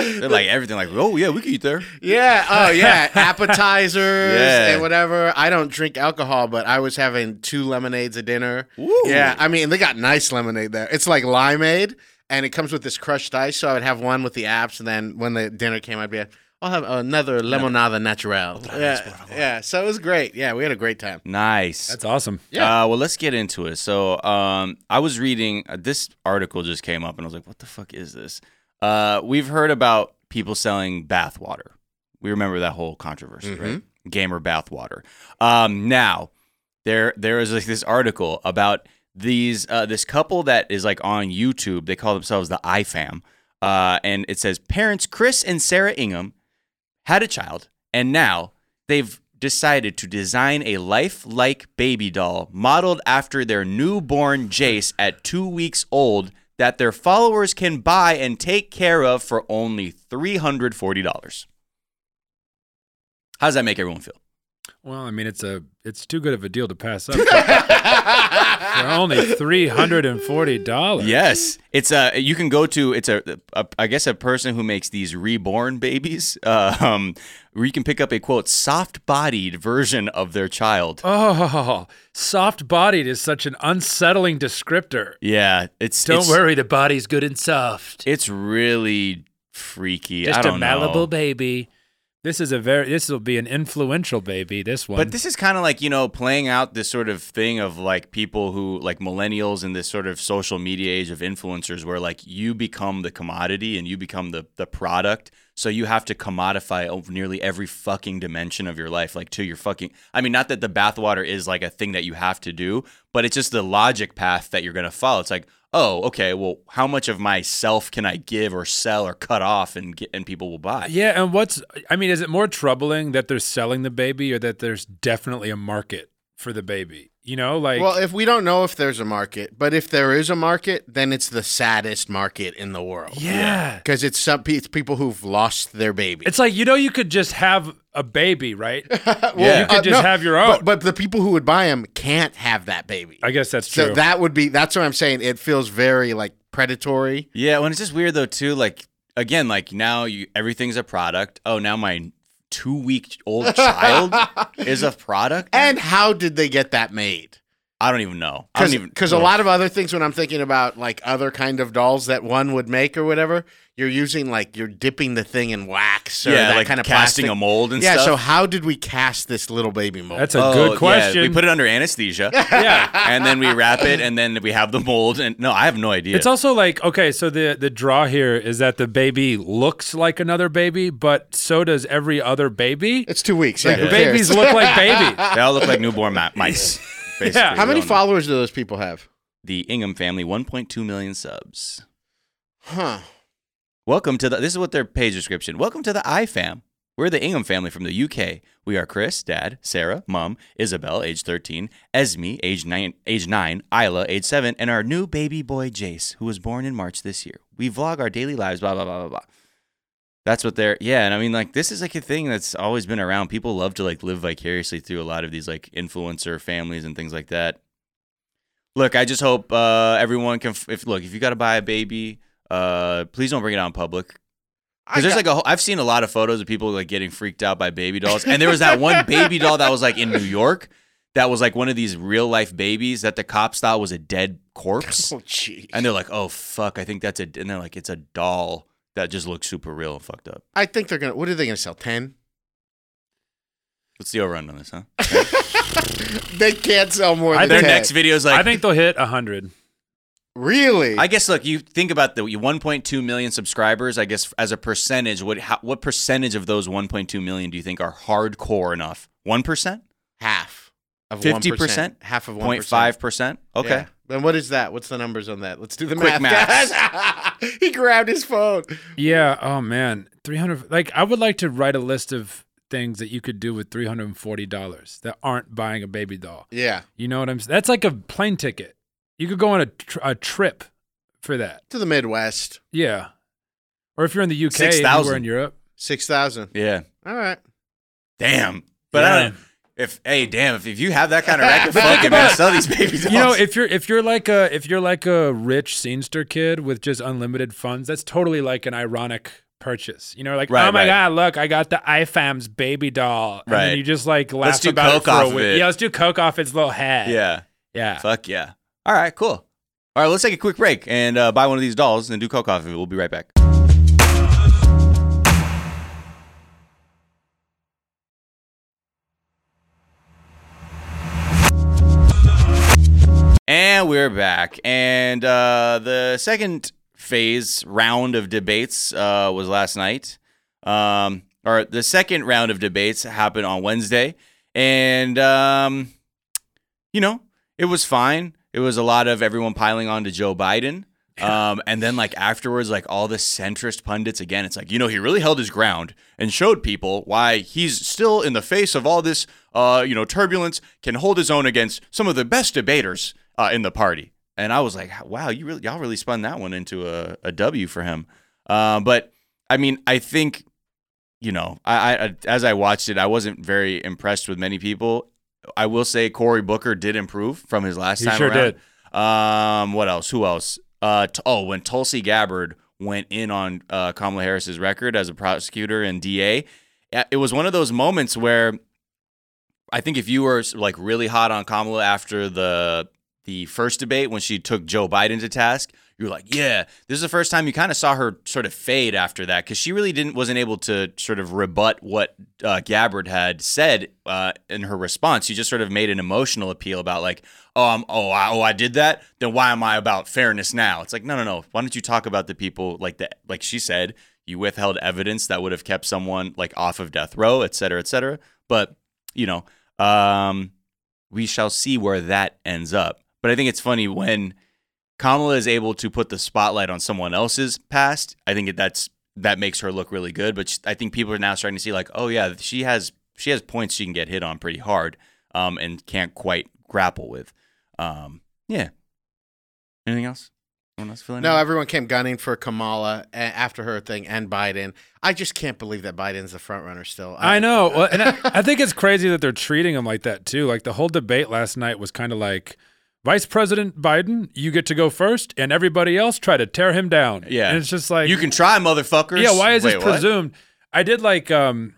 Speaker 3: Yeah,
Speaker 1: They're like everything, like, oh yeah, we could eat there.
Speaker 3: yeah, oh yeah, appetizers
Speaker 1: Yeah.
Speaker 3: and whatever. I don't drink alcohol, but I was having two lemonades a dinner.
Speaker 1: Ooh.
Speaker 3: Yeah, I mean, they got nice lemonade there. It's like limeade, and it comes with this crushed ice. So I would have one with the apps, and then when the dinner came, I'd be like, I'll have another lemonada natural. Yeah, yeah. So it was great. Yeah, we had a great time.
Speaker 1: Nice.
Speaker 2: That's awesome.
Speaker 3: Yeah.
Speaker 1: Uh, well, let's get into it. So, um, I was reading uh, this article just came up, and I was like, "What the fuck is this?" Uh, we've heard about people selling bathwater. We remember that whole controversy, right? Gamer bathwater. Um, now, there there is like this article about these uh, this couple that is like on YouTube. They call themselves the iFam, uh, and it says parents Chris and Sarah Ingham had a child, and now they've decided to design a lifelike baby doll modeled after their newborn Jace at two weeks old that their followers can buy and take care of for only $340. How does that make everyone feel?
Speaker 2: Well, I mean, it's a it's too good of a deal to pass up. For only three hundred and forty dollars.
Speaker 1: Yes, it's a. You can go to. It's a. a I guess a person who makes these reborn babies. <laughs> Uh, um, where you can pick up a quote soft-bodied version of their child.
Speaker 2: Oh, soft-bodied is such an unsettling descriptor.
Speaker 1: Yeah, it's.
Speaker 2: Don't
Speaker 1: it's,
Speaker 2: worry, the body's good and soft.
Speaker 1: It's really freaky.
Speaker 2: Just
Speaker 1: I
Speaker 2: a
Speaker 1: don't
Speaker 2: Malibu
Speaker 1: know.
Speaker 2: baby. This is a very. This will be an influential baby. This one.
Speaker 1: But this is kind of like, you know, playing out this sort of thing of like people who, like millennials in this sort of social media age of influencers, where like you become the commodity and you become the, the product. So you have to commodify o- nearly every fucking dimension of your life, like to your fucking. I mean, not that the bathwater is like a thing that you have to do, but it's just the logic path that you're going to follow. It's like, oh, okay, well, how much of myself can I give or sell or cut off and get, and people will buy?
Speaker 2: Yeah, and what's I mean, is it more troubling that they're selling the baby or that there's definitely a market for the baby? You know, like
Speaker 3: Well, if we don't know if there's a market, but if there is a market, then it's the saddest market in the world.
Speaker 2: yeah.
Speaker 3: Because it's some pe- it's people who've lost their baby.
Speaker 2: It's like you know you could just have a baby, right?
Speaker 1: Yeah.
Speaker 2: you could just have your own.
Speaker 3: Uh, But, but the people who would buy them can't have that baby.
Speaker 2: I guess that's true.
Speaker 3: So that would be that's what I'm saying. It feels very like predatory.
Speaker 1: Yeah, when it's just weird though too. Like again, like now you everything's a product. Oh, now my two week
Speaker 3: <laughs>
Speaker 1: old child is a product.
Speaker 3: And how did they get that made?
Speaker 1: I don't even know. I don't even
Speaker 3: Because a lot of other things when I'm thinking about like other kind of dolls that one would make or whatever, you're using like you're dipping the thing in wax or
Speaker 1: yeah,
Speaker 3: that
Speaker 1: like
Speaker 3: kind of
Speaker 1: casting
Speaker 3: plastic.
Speaker 1: a mold and
Speaker 3: yeah.
Speaker 1: stuff.
Speaker 3: So how did we cast this little baby mold?
Speaker 2: that's a
Speaker 1: Oh, yeah,
Speaker 2: good question.
Speaker 1: we put it under anesthesia.
Speaker 3: <laughs>
Speaker 1: <laughs>
Speaker 2: yeah.
Speaker 1: and then we wrap it, and then we have the mold. And no, I have no idea.
Speaker 2: It's also like okay, so the the draw here is that the baby looks like another baby, but so does every other baby.
Speaker 3: <laughs> it's two weeks. Yeah,
Speaker 2: Like
Speaker 3: who
Speaker 2: babies
Speaker 3: cares?
Speaker 2: look like
Speaker 3: <laughs>
Speaker 2: baby.
Speaker 1: they all look like newborn ma- mice. basically.
Speaker 2: <laughs> Yeah.
Speaker 3: How
Speaker 1: We
Speaker 3: many
Speaker 1: don't know.
Speaker 3: followers do those people have?
Speaker 1: The Ingham family, 1.2 million subs.
Speaker 3: Huh.
Speaker 1: Welcome to the. This is what their page description. Welcome to the iFam, We're the Ingham family from the UK. We are Chris, Dad, Sarah, Mom, Isabel, age 13, Esme, age 9, age 9, Isla, age 7, and our new baby boy Jace, who was born in March this year. We vlog our daily lives, blah blah blah blah blah. That's what they're yeah, and I mean like this is like a thing that's always been around. People love to like live vicariously through a lot of these like influencer families and things like that. Look, I just hope uh, everyone can. F- if look, if you got to buy a baby, uh, please don't bring it out in public. Because there's like a whole, I've seen a lot of photos of people like getting freaked out by baby dolls, and there was that one baby doll that was like in New York, that was like one of these real life babies that the cops thought was a dead
Speaker 3: <laughs>
Speaker 1: corpse,
Speaker 3: Oh, jeez.
Speaker 1: and they're like, "Oh fuck, I think that's a," and they're like, "It's a doll that just looks super real and fucked up."
Speaker 3: I think they're gonna. What are they gonna sell? Ten?
Speaker 1: What's the overrun on this, huh?
Speaker 3: They can't sell more.
Speaker 2: I
Speaker 3: than
Speaker 1: Their
Speaker 3: 10.
Speaker 1: next video is like,
Speaker 2: I think they'll hit hundred.
Speaker 3: Really?
Speaker 1: I guess. Look, you think about the 1.2 million subscribers. I guess as a percentage, what how, what percentage of those 1.2 million do you think are hardcore enough? One percent,
Speaker 3: half of
Speaker 1: 50%?
Speaker 3: 1%, half of one
Speaker 1: 0.5 percent. Okay,
Speaker 3: Then what is that? What's the numbers on that? Let's do the
Speaker 1: Quick
Speaker 3: math. guys. <laughs> he grabbed his phone.
Speaker 2: Yeah. Oh man, three hundred. Like I would like to write a list of things that you could do with three hundred and forty dollars that aren't buying a baby doll.
Speaker 3: Yeah.
Speaker 2: You know what I'm? s- That's like a plane ticket. You could go on a tr- a trip for that.
Speaker 3: To the Midwest.
Speaker 2: Yeah. Or if you're in the UK,
Speaker 1: Six
Speaker 2: anywhere
Speaker 1: thousand.
Speaker 2: in Europe.
Speaker 3: Six thousand.
Speaker 1: yeah.
Speaker 3: All right.
Speaker 1: Damn. But I don't.
Speaker 2: Yeah.
Speaker 1: If hey, damn, if, if you have that kind of
Speaker 2: <laughs>
Speaker 1: racket,
Speaker 3: But think
Speaker 1: fucking man, sell these baby dolls.
Speaker 2: You know, if you're if you're like a if you're like a rich scenester kid with just unlimited funds, that's totally like an ironic purchase. You know, like
Speaker 1: Right,
Speaker 2: oh my
Speaker 1: right.
Speaker 2: god, look, I got the IFAM's baby doll, and
Speaker 1: Right.
Speaker 2: then you just like laugh
Speaker 1: Let's do
Speaker 2: about
Speaker 1: coke
Speaker 2: it for
Speaker 1: off
Speaker 2: a
Speaker 1: of
Speaker 2: week.
Speaker 1: it.
Speaker 2: Yeah, let's do coke off its little head.
Speaker 1: yeah,
Speaker 2: yeah.
Speaker 1: fuck yeah. All right, cool. All right, let's take a quick break and uh, buy one of these dolls and do coke off of it. We'll be right back. And we're back. And uh, the second phase round of debates uh, was last night. Um, or the second round of debates happened on Wednesday. And, um, you know, it was fine. It was a lot of everyone piling on to Joe Biden. Um, and then, like, afterwards, like, all the centrist pundits again, it's like, you know, he really held his ground and showed people why he's still in the face of all this, uh, you know, turbulence, can hold his own against some of the best debaters uh, in the party. And I was like, wow, you really, y'all really spun that one into a, a W for him. Uh, but I mean, I think, you know, I, I, as I watched it, I wasn't very impressed with many people. I will say Cory Booker did improve from his last
Speaker 2: He
Speaker 1: time
Speaker 2: sure
Speaker 1: around.
Speaker 2: did.
Speaker 1: Um, what else? Who else? Uh, t- oh, when Tulsi Gabbard went in on uh, Kamala Harris's record as a prosecutor and DA, uh, it was one of those moments where I think if you were like really hot on Kamala after the the first debate when she took Joe Biden to task, you were like, yeah, this is the first time you kind of saw her sort of fade after that because she really didn't wasn't able to sort of rebut what uh, Gabbard had said uh, in her response. She just sort of made an emotional appeal about like, oh, I'm, oh, I, oh, I did that. Then why am I about fairness now? It's like, no, no, no. Why don't you talk about the people like that? Like she said, you withheld evidence that would have kept someone like off of death row, et cetera, et cetera. But you know, um, we shall see where that ends up. But I think it's funny when Kamala is able to put the spotlight on someone else's past. I think that's that makes her look really good. But sh- I think people are now starting to see like, oh yeah, she has she has points she can get hit on pretty hard, um, and can't quite grapple with. Um, yeah. Anything else? Anyone else feeling?
Speaker 3: No, everyone came gunning for Kamala a- after her thing and Biden. I just can't believe that Biden's the front runner still.
Speaker 2: I know. Well,
Speaker 1: <laughs>
Speaker 2: and I, I think it's crazy that they're treating him like that too. Like the whole debate last night was kind of like Vice President Biden, you get to go first, and everybody else try to tear him down.
Speaker 1: Yeah.
Speaker 2: and it's just like
Speaker 1: you can try, motherfuckers.
Speaker 2: Yeah, why is
Speaker 1: Wait,
Speaker 2: this
Speaker 1: what?
Speaker 2: presumed? I did like um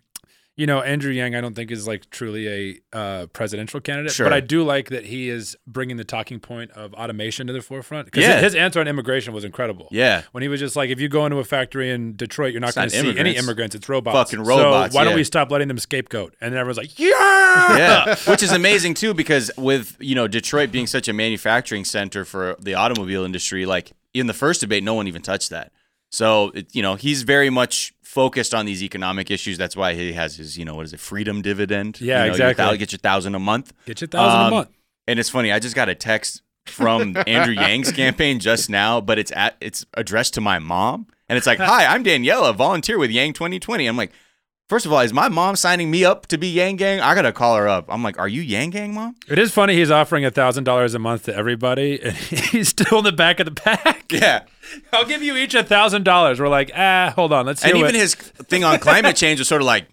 Speaker 2: you know Andrew Yang I don't think is like truly a uh, presidential candidate,
Speaker 1: Sure.
Speaker 2: but I do like that he is bringing the talking point of automation to the forefront cuz
Speaker 1: Yeah.
Speaker 2: his answer on immigration was incredible.
Speaker 1: Yeah.
Speaker 2: When he was just like if you go into a factory in Detroit you're
Speaker 1: It's
Speaker 2: not going
Speaker 1: not
Speaker 2: to see any
Speaker 1: immigrants.
Speaker 2: immigrants, it's robots.
Speaker 1: Fucking
Speaker 2: So
Speaker 1: robots,
Speaker 2: why don't
Speaker 1: yeah.
Speaker 2: we stop letting them scapegoat? And then everyone's like, "Yeah!" <laughs>
Speaker 1: yeah, which is amazing too, because with you know Detroit being such a manufacturing center for the automobile industry, like in the first debate, no one even touched that. So it, you know he's very much focused on these economic issues. That's why he has his you know what is it freedom dividend?
Speaker 2: Yeah,
Speaker 1: You know,
Speaker 2: exactly.
Speaker 1: Your thou- get your thousand a month.
Speaker 2: Get you 1000 a
Speaker 1: Um,
Speaker 2: month.
Speaker 1: And it's funny. I just got a text from Andrew Yang's campaign just now, but it's at it's addressed to my mom, and it's like, "Hi, I'm Daniela, volunteer with Yang 2020." I'm like, First of all, is my mom signing me up to be Yang Gang? I gotta call her up. I'm like, are you Yang Gang, mom?
Speaker 2: It is funny he's offering thousand dollars a month to everybody, and <laughs> he's still in the back of the pack.
Speaker 1: Yeah.
Speaker 2: I'll give you each thousand dollars. We're like, ah, hold on, let's see.
Speaker 1: and even his thing on climate change was sort of like,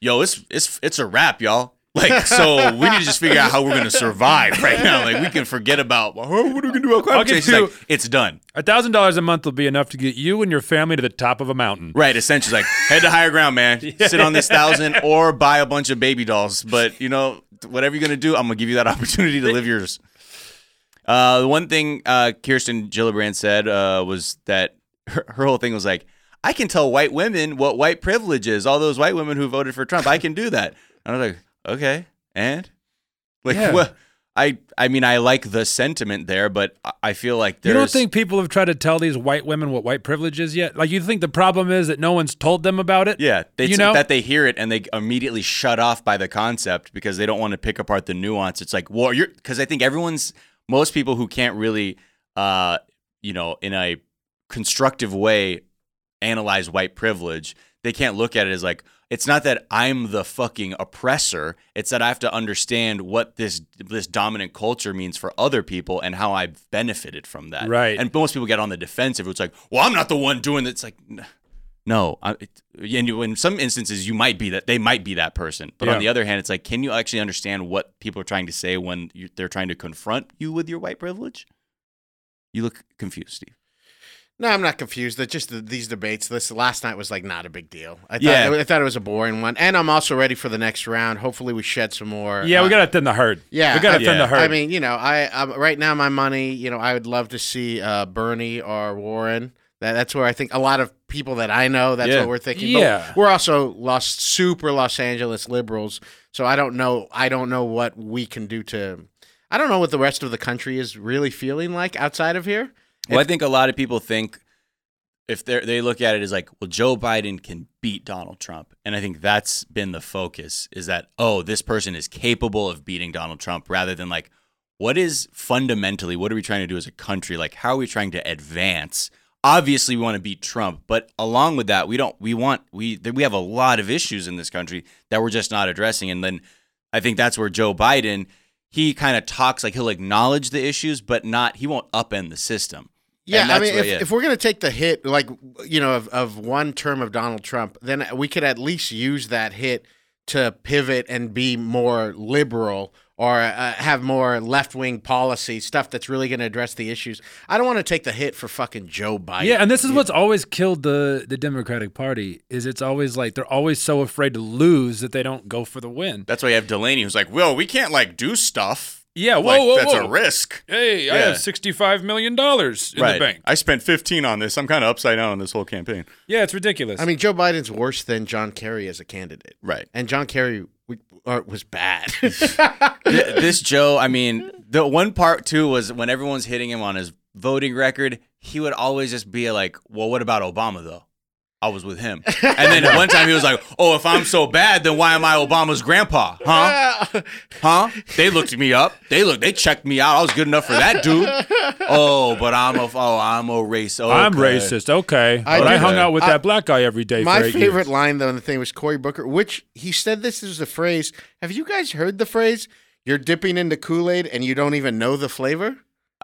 Speaker 1: yo, it's it's it's a wrap, y'all. Like, so we need to just figure out how we're gonna survive right now. Like, we can forget about well, what are we gonna do about
Speaker 2: I'll
Speaker 1: climate
Speaker 2: give
Speaker 1: change. It's
Speaker 2: you-
Speaker 1: like, it's done.
Speaker 2: thousand dollars a month will be enough to get you and your family to the top of a mountain.
Speaker 1: Mm-hmm. Right, essentially, like head to higher ground,
Speaker 2: <laughs>
Speaker 1: man. Sit on this thousand or buy a bunch of baby dolls. But you know, whatever you're gonna do, I'm gonna give you that <laughs> opportunity to live yours. Uh, the one thing uh, Kirsten Gillibrand said uh, was that her, her whole thing was like, I can tell white women what white privilege is. All those white women who voted for Trump, I can do that. And I was like, okay, and like,
Speaker 2: Yeah.
Speaker 1: well, I I mean, I like the sentiment there, but I- I feel like
Speaker 2: You
Speaker 1: there's
Speaker 2: don't think people have tried to tell these white women what white privilege is yet? Like, you think the problem is that no one's told them about it?
Speaker 1: Yeah, they
Speaker 2: You know?
Speaker 1: that they hear it and they immediately shut off by the concept because they don't want to pick apart the nuance. It's like, well, you're because I think everyone's most people who can't really, uh, you know, in a constructive way, analyze white privilege. They can't look at it as like it's not that I'm the fucking oppressor. It's that I have to understand what this this dominant culture means for other people and how I've benefited from that.
Speaker 2: Right.
Speaker 1: And most people get on the defensive. It's like, well, I'm not the one doing that. It's like. "N- no, I, it, and you, in some instances, you might be that they might be that person. But
Speaker 2: Yeah.
Speaker 1: on the other hand, it's like, can you actually understand what people are trying to say when you, they're trying to confront you with your white privilege? You look confused, Steve.
Speaker 3: No, I'm not confused. That just the, these debates. This last night was like not a big deal. I thought,
Speaker 1: Yeah.
Speaker 3: I, thought it was a boring one, and I'm also ready for the next round. Hopefully, we shed some more.
Speaker 2: Yeah, we
Speaker 3: uh,
Speaker 2: gotta thin the herd.
Speaker 3: Yeah,
Speaker 2: we gotta
Speaker 3: I-
Speaker 2: thin the
Speaker 1: yeah.
Speaker 2: herd.
Speaker 3: I mean, you know, I um, right now my money. You know, I would love to see uh, Bernie or Warren. That, that's where I think a lot of people that I know. That's
Speaker 1: Yeah.
Speaker 3: what we're thinking.
Speaker 2: Yeah.
Speaker 3: but we're also Los super Los Angeles liberals. So I don't know. I don't know what we can do to. I don't know what the rest of the country is really feeling like outside of here.
Speaker 1: Well, I think a lot of people think if they they look at it as like, well, Joe Biden can beat Donald Trump, and I think that's been the focus is that oh, this person is capable of beating Donald Trump, rather than like, what is fundamentally what are we trying to do as a country? Like, how are we trying to advance? Obviously, we want to beat Trump, but along with that, we don't. We want we we have a lot of issues in this country that we're just not addressing, and then I think that's where Joe Biden. He kind of talks like he'll acknowledge the issues, but not he won't upend the system.
Speaker 3: Yeah,
Speaker 1: And
Speaker 3: I
Speaker 1: that's
Speaker 3: mean,
Speaker 1: what-
Speaker 3: if,
Speaker 1: yeah.
Speaker 3: if we're going to take the hit, like you know, of, of one term of Donald Trump, then we could at least use that hit to pivot and be more liberal or uh, have more left wing policy stuff that's really going to address the issues. I don't want to take the hit for fucking Joe Biden.
Speaker 2: yeah, and this is what's always killed the the Democratic Party is it's always like they're always so afraid to lose that they don't go for the win.
Speaker 1: That's why you have Delaney who's like, well, we can't like do stuff.
Speaker 2: Yeah, whoa,
Speaker 1: like,
Speaker 2: whoa,
Speaker 1: that's
Speaker 2: whoa.
Speaker 1: a risk.
Speaker 2: Hey, I
Speaker 1: Yeah.
Speaker 2: have sixty five million dollars in the bank.
Speaker 1: I spent 15 on this. I'm kind of upside down on this whole campaign.
Speaker 2: Yeah, it's ridiculous.
Speaker 3: I mean, Joe Biden's worse than John Kerry as a candidate,
Speaker 1: Right.
Speaker 3: and John Kerry w- or,
Speaker 2: <laughs>
Speaker 3: was bad. <laughs>
Speaker 1: this Joe, I mean, the one part too was when everyone's hitting him on his voting record, he would always just be like, well, what about Obama though? I was with him. And then at one time he was like, oh, if I'm so bad, then why am I Obama's grandpa? Huh? Huh? They looked me up. They looked. They checked me out. I was good enough for that dude. Oh, but I'm a. Oh, I'm a race. Okay.
Speaker 2: I'm racist, okay.
Speaker 3: I
Speaker 2: but I
Speaker 3: did-
Speaker 2: hung out with
Speaker 3: I-
Speaker 2: that black guy every day.
Speaker 3: My
Speaker 2: for eight
Speaker 3: favorite
Speaker 2: years.
Speaker 3: line though in the thing was Cory Booker, which he said this is the phrase. Have you guys heard the phrase? You're dipping into Kool Aid and you don't even know the flavor.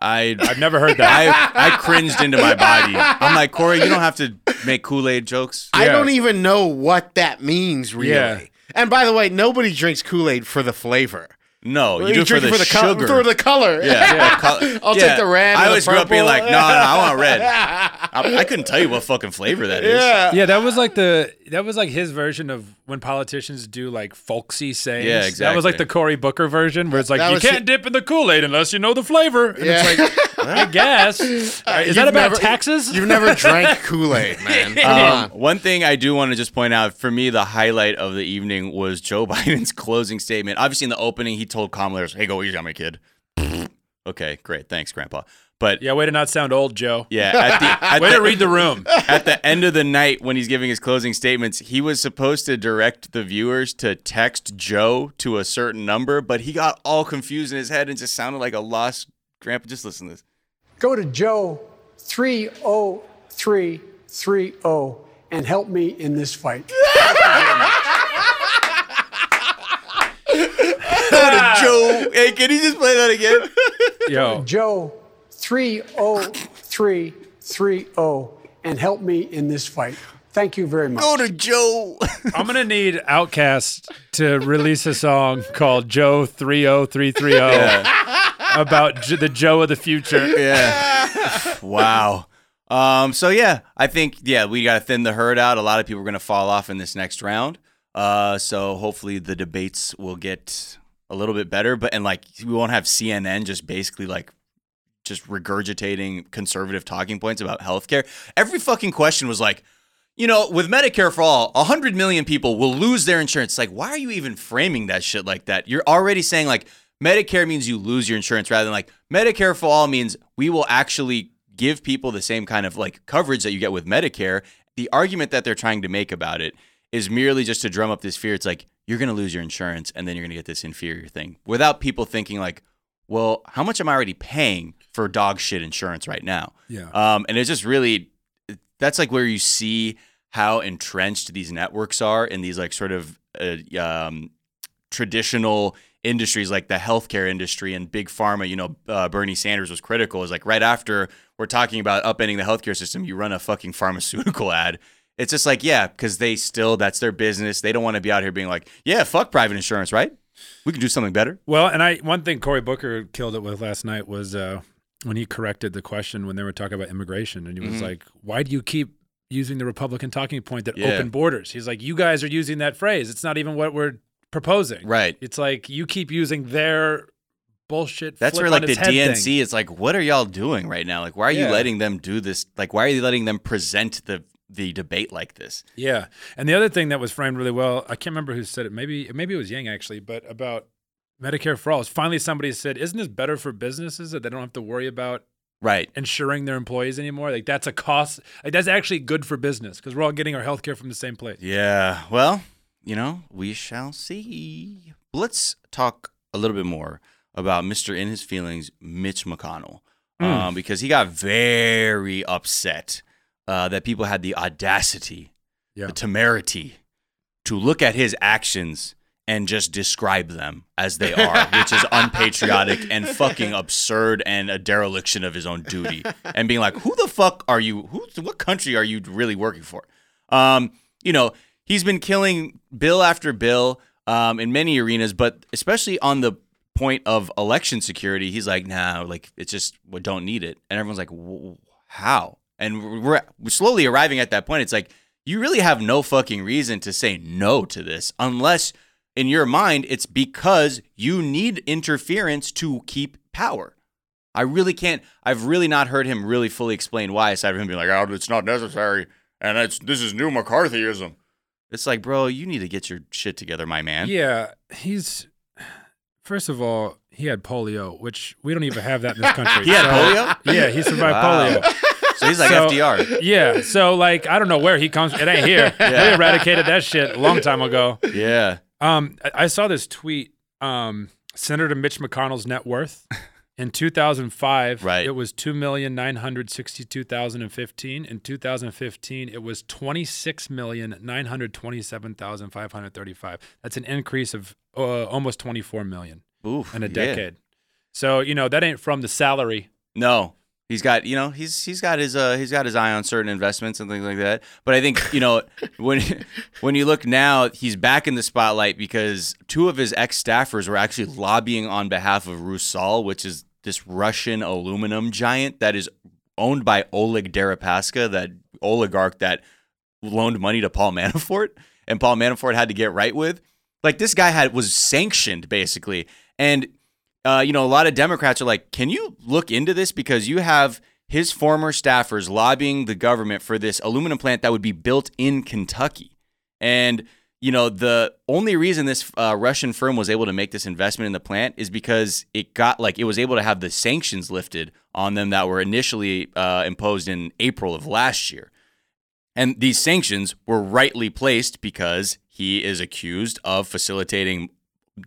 Speaker 1: I
Speaker 2: I've never heard
Speaker 3: <laughs>
Speaker 2: that.
Speaker 1: I, I cringed into my body. I'm like Corey, you don't have to make Kool Aid jokes.
Speaker 3: I
Speaker 2: Yeah.
Speaker 3: don't even know what that means really.
Speaker 2: Yeah.
Speaker 3: And by the way, nobody drinks Kool Aid for the flavor.
Speaker 1: No, you do it for
Speaker 3: drink
Speaker 1: the,
Speaker 3: it col-
Speaker 1: sugar.
Speaker 3: for the color. <laughs>
Speaker 1: yeah, col-
Speaker 3: I'll take the red or
Speaker 1: I
Speaker 3: the
Speaker 1: always grew up being
Speaker 3: purple.
Speaker 1: like, no, no, I want
Speaker 3: <laughs>
Speaker 1: red. I, I couldn't tell you what fucking flavor that is.
Speaker 3: yeah.
Speaker 2: yeah, that was like the that was like his version of when politicians do like folksy sayings.
Speaker 1: Yeah,
Speaker 2: That was like
Speaker 1: exactly.
Speaker 2: the Cory Booker version where it's like
Speaker 3: That
Speaker 2: you
Speaker 3: was
Speaker 2: can't dip in the Kool Aid unless you know the flavor. And
Speaker 3: Yeah.
Speaker 2: it's like I guess is
Speaker 3: <laughs> You've
Speaker 2: that about
Speaker 3: never-
Speaker 2: taxes?
Speaker 3: You've never drank Kool Aid, <laughs> man. Come
Speaker 1: Um,
Speaker 3: on.
Speaker 1: one thing I do want to just point out for me, the highlight of the evening was Joe <laughs> Biden's closing statement. Obviously, in the opening, he told Kamala, "Hey, go easy on my kid." <laughs> okay, great, thanks, Grandpa. But yeah,
Speaker 2: yeah, way to not sound old, Joe.
Speaker 1: at
Speaker 3: <laughs>
Speaker 1: the at
Speaker 2: Way
Speaker 1: the,
Speaker 2: to read the room.
Speaker 1: at the end of the night when he's giving his closing statements, he was supposed to direct the viewers to text Joe to a certain number, but he got all confused in his head and just sounded like a lost grandpa. Just listen to this.
Speaker 4: go to Joe 30330 and help me in this fight. Thank you very much.
Speaker 1: Joe, hey, can you just play that again?
Speaker 2: Yo,
Speaker 4: Joe 30330 and help me in this fight. Thank you very much.
Speaker 1: Go to Joe. <laughs>
Speaker 2: I'm gonna need Outcast to release a song called Joe 30330 about J- the Joe of the future.
Speaker 1: yeah. <laughs> wow. Um, so yeah, I think yeah we got to thin the herd out. A lot of people are going to fall off in this next round. Uh, so hopefully the debates will get a little bit better. But and like we won't have CNN just basically like just regurgitating conservative talking points about healthcare. Every fucking question was like, you know, with Medicare for all, 100 million people will lose their insurance. Like, why are you even framing that shit like that? You're already saying, like, Medicare means you lose your insurance rather than like Medicare for all means we will actually give people the same kind of like coverage that you get with Medicare. The argument that they're trying to make about it is merely just to drum up this fear. It's like, you're going to lose your insurance and then you're going to get this inferior thing without people thinking, like, well, how much am I already paying for dog shit insurance right now?
Speaker 2: Yeah.
Speaker 1: Um, and it's just really that's like where you see how entrenched these networks are in these like sort of uh, um, traditional industries like the healthcare industry and big pharma you know uh, bernie sanders was critical is like right after we're talking about upending the healthcare system you run a fucking <laughs> pharmaceutical ad it's just like yeah because they still that's their business they don't want to be out here being like yeah fuck private insurance right we can do something better
Speaker 2: Well, and I one thing Cory Booker killed it with last night was uh, when he corrected the question when they were talking about immigration, and he
Speaker 1: Mm-hmm.
Speaker 2: was like, "Why do you keep using the Republican talking point that
Speaker 1: Yeah.
Speaker 2: open borders?" He's like, "You guys are using that phrase. It's not even what we're proposing.
Speaker 1: right
Speaker 2: It's like you keep using their bullshit."
Speaker 1: That's
Speaker 2: flip
Speaker 1: where
Speaker 2: on
Speaker 1: like the
Speaker 2: its head thing.
Speaker 1: DNC is like, what are y'all doing right now? Like, why are
Speaker 2: Yeah.
Speaker 1: you letting them do this? Like, why are you letting them present the the debate like this?
Speaker 2: Yeah, and the other thing that was framed really well, I can't remember who said it. Maybe maybe it was Yang actually, but about Medicare for all. Finally, somebody said, "Isn't this better for businesses that they don't have to worry about
Speaker 1: Right.
Speaker 2: insuring their employees anymore. Like that's a cost. Like that's actually good for business because we're all getting our healthcare from the same place.
Speaker 1: Yeah. Well, you know, we shall see. Let's talk a little bit more about Mr. In His Feelings, Mitch McConnell,
Speaker 2: Hmm.
Speaker 1: um, because he got very upset uh, that people had the audacity,
Speaker 2: Yeah.
Speaker 1: the temerity to look at his actions and just describe them as they are, which is unpatriotic and fucking absurd and a dereliction of his own duty. And being like, who the fuck are you? Who? What country are you really working for? Um, you know, he's been killing bill after bill um, in many arenas, but especially on the point of election security, he's like, nah, like it's just we don't need it, and everyone's like, w- how? And we're, we're slowly arriving at that point. It's like you really have no fucking reason to say no to this unless in your mind it's because you need interference to keep power. I really can't. I've really not heard him really fully explain why, aside from him being like, "Oh, it's not necessary," and it's this is new McCarthyism. It's like, bro, you need to get your shit together, my man.
Speaker 2: Yeah, he's first of all he had polio, which we don't even have that in this
Speaker 1: <laughs>
Speaker 2: country.
Speaker 1: He had polio.
Speaker 2: Yeah, he survived
Speaker 1: Wow.
Speaker 2: polio.
Speaker 1: So he's like
Speaker 2: So-
Speaker 1: FDR.
Speaker 2: Yeah, so like I don't know where he comes. It ain't here.
Speaker 1: <laughs>
Speaker 2: We
Speaker 1: Yeah.
Speaker 2: eradicated that shit a long time ago.
Speaker 1: Yeah.
Speaker 2: Um, I, I saw this tweet. Um, Senator Mitch McConnell's net
Speaker 1: <laughs>
Speaker 2: worth in 2005,
Speaker 1: Right.
Speaker 2: It was two million nine hundred sixty-two thousand and fifteen. In 2015, it was twenty-six million nine hundred twenty-seven thousand five hundred thirty-five. That's an increase of uh, almost twenty-four million
Speaker 1: Oof.
Speaker 2: in a
Speaker 1: yeah.
Speaker 2: decade. So you know that ain't from the salary.
Speaker 1: No. He's got, you know, he's he's got his uh he's got his eye on certain investments and things like that. But I think, you know, <laughs> when when you look now, he's back in the spotlight because two of his ex-staffers were actually lobbying on behalf of Rusal, which is this Russian aluminum giant that is owned by Oleg Deripaska, that oligarch that loaned money to Paul <laughs> Manafort and Paul Manafort had to get right with. Like this guy had was sanctioned basically. And uh, you know, a lot of Democrats are like, can you look into this? Because you have his former staffers lobbying the government for this aluminum plant that would be built in Kentucky. And, you know, the only reason this uh, Russian firm was able to make this investment in the plant is because it got like it was able to have the sanctions lifted on them that were initially uh, imposed in April of last year. And these sanctions were rightly placed because he is accused of facilitating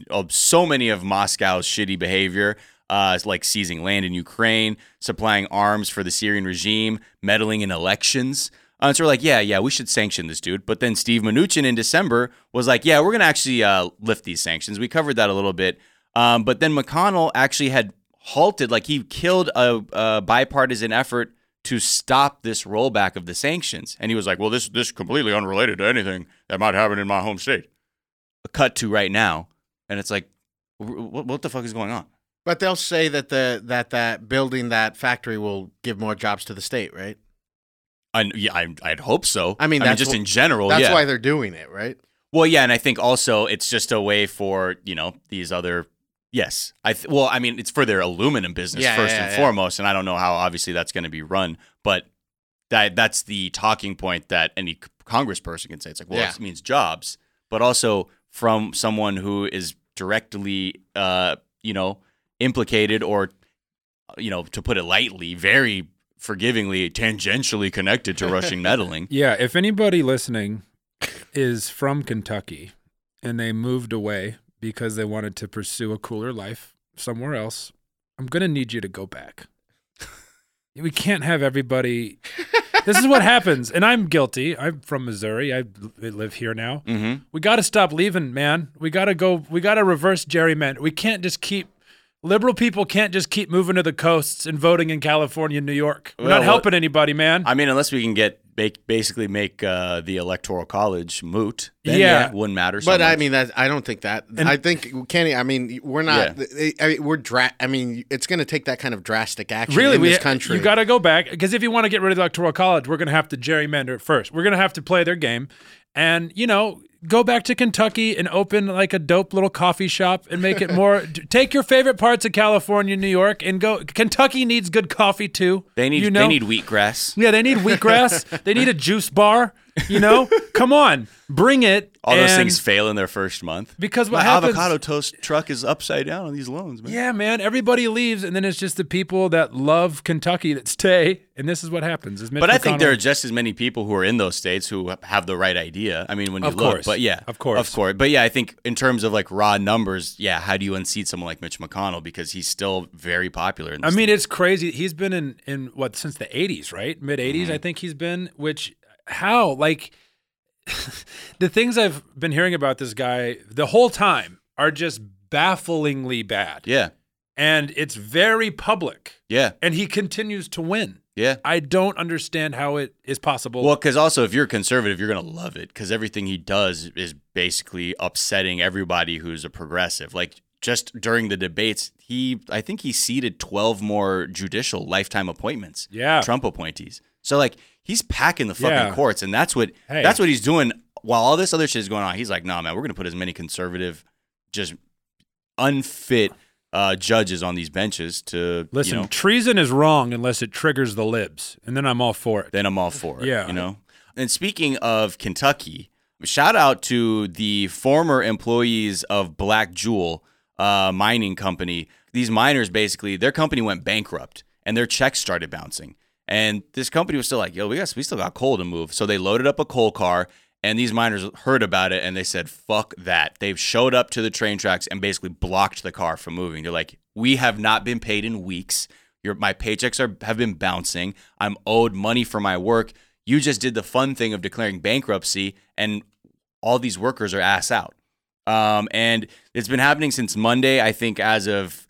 Speaker 1: of so many of Moscow's shitty behavior, uh, like seizing land in Ukraine, supplying arms for the Syrian regime, meddling in elections. Uh, so we're like, yeah, yeah, we should sanction this dude. But then Steve Mnuchin in December was like, yeah, we're gonna actually uh, lift these sanctions. We covered that a little bit. Um, but then McConnell actually had halted, like he killed a, a bipartisan effort to stop this rollback of the sanctions. And he was like, well, this this is completely unrelated to anything that might happen in my home state. A cut to right now. And it's like, what, what the fuck is going on?
Speaker 3: But they'll say that the that that building that factory will give more jobs to the state, right?
Speaker 1: I, yeah, I, I'd hope so.
Speaker 3: I mean, that's
Speaker 1: just
Speaker 3: wh-
Speaker 1: in general.
Speaker 3: That's
Speaker 1: yeah.
Speaker 3: why they're doing it, right?
Speaker 1: Well, yeah, and I think also it's just a way for you know these other. Yes, I th- well, I mean it's for their aluminum business
Speaker 3: Yeah,
Speaker 1: first
Speaker 3: yeah,
Speaker 1: and
Speaker 3: yeah.
Speaker 1: foremost, and I don't know how obviously that's going to be run, but that that's the talking point that any c- congressperson can say. It's like, well,
Speaker 3: Yeah.
Speaker 1: this means jobs, but also from someone who is directly, uh, you know, implicated or, you know, to put it lightly, very forgivingly, tangentially connected
Speaker 3: <laughs>
Speaker 1: to Russian meddling.
Speaker 2: Yeah, if anybody listening is from Kentucky and they moved away because they wanted to pursue a cooler life somewhere else, I'm going to need you to go back. we can't
Speaker 1: <laughs>
Speaker 2: have everybody. This is what happens, and I'm guilty. I'm from Missouri. I l- live here now.
Speaker 1: Mm-hmm.
Speaker 2: We got to stop leaving, man. We got to go. We got to reverse gerrymander. We can't just keep. Liberal people can't just keep moving to the coasts and voting in California and New York. We're
Speaker 1: Well,
Speaker 2: not
Speaker 1: well-
Speaker 2: helping anybody, man.
Speaker 1: I mean, unless we can get make, basically make uh, the electoral college moot, then
Speaker 2: Yeah.
Speaker 1: yeah, it wouldn't matter. So
Speaker 3: But
Speaker 1: much.
Speaker 3: I mean, that I don't think that. I think Kenny. I mean, we're not. I mean, we're dra- I mean, it's going to take that kind of drastic action
Speaker 2: really
Speaker 3: in
Speaker 2: we,
Speaker 3: this country.
Speaker 2: You got to go back because if you want to get rid of the electoral college, we're going to have to gerrymander it first. We're going to have to play their game, and you know, go back to Kentucky and open like a dope little coffee shop and make it
Speaker 1: <laughs>
Speaker 2: more. d- take your favorite parts of California, New York, and go. Kentucky needs good coffee too.
Speaker 1: they need
Speaker 2: you know?
Speaker 1: they need wheatgrass.
Speaker 2: Yeah, they
Speaker 1: <laughs>
Speaker 2: need wheatgrass. they need a juice bar. You know, come on, bring it.
Speaker 1: All those
Speaker 2: and-
Speaker 1: things fail in their first month.
Speaker 2: Because what
Speaker 1: My
Speaker 2: happens?
Speaker 1: avocado toast truck is upside down on these loans, man.
Speaker 2: Yeah, man. Everybody leaves, and then it's just the people that love Kentucky that stay, and this is what happens. is Mitch
Speaker 1: But I think
Speaker 2: McConnell-
Speaker 1: there are just as many people who are in those states who have the right idea. I mean, when you
Speaker 2: Of
Speaker 1: look,
Speaker 2: course.
Speaker 1: but yeah,
Speaker 2: Of course.
Speaker 1: of course. But yeah, I think in terms of like raw numbers, yeah, how do you unseat someone like Mitch McConnell because he's still very popular? In
Speaker 2: I
Speaker 1: this
Speaker 2: mean, it's crazy. He's been in in what since the '80s, right? Mid '80s,
Speaker 1: Mm-hmm.
Speaker 2: I think he's been. Which how like <laughs> the things I've been hearing about this guy the whole time are just bafflingly bad,
Speaker 1: yeah,
Speaker 2: and it's very public,
Speaker 1: yeah,
Speaker 2: and he continues to win.
Speaker 1: yeah.
Speaker 2: I don't understand how it is possible.
Speaker 1: Well, because also if you're conservative, you're gonna love it because everything he does is basically upsetting everybody who's a progressive. Like just during the debates, he I think he seated 12 more judicial lifetime appointments.
Speaker 2: Yeah.
Speaker 1: Trump appointees. So like he's packing the fucking
Speaker 2: Yeah.
Speaker 1: courts, and that's what
Speaker 2: Hey.
Speaker 1: that's what he's doing while all this other shit is going on. He's like, nah, man, we're gonna put as many conservative, just unfit uh, judges on these benches to
Speaker 2: Listen,
Speaker 1: You know,
Speaker 2: treason is wrong unless it triggers the libs, and then I'm all for it.
Speaker 1: then I'm all for it.
Speaker 2: Yeah.
Speaker 1: You know? And speaking of Kentucky, shout out to the former employees of Black Jewel uh, mining company. These miners basically, their company went bankrupt and their checks started bouncing. And this company was still like, yo, we got we still got coal to move. So they loaded up a coal car and these miners heard about it and they said, fuck that. They've showed up to the train tracks and basically blocked the car from moving. They're like, we have not been paid in weeks. Your my paychecks are have been bouncing. I'm owed money for my work. You just did the fun thing of declaring bankruptcy, and all these workers are ass out. Um, and it's been happening since Monday. I think as of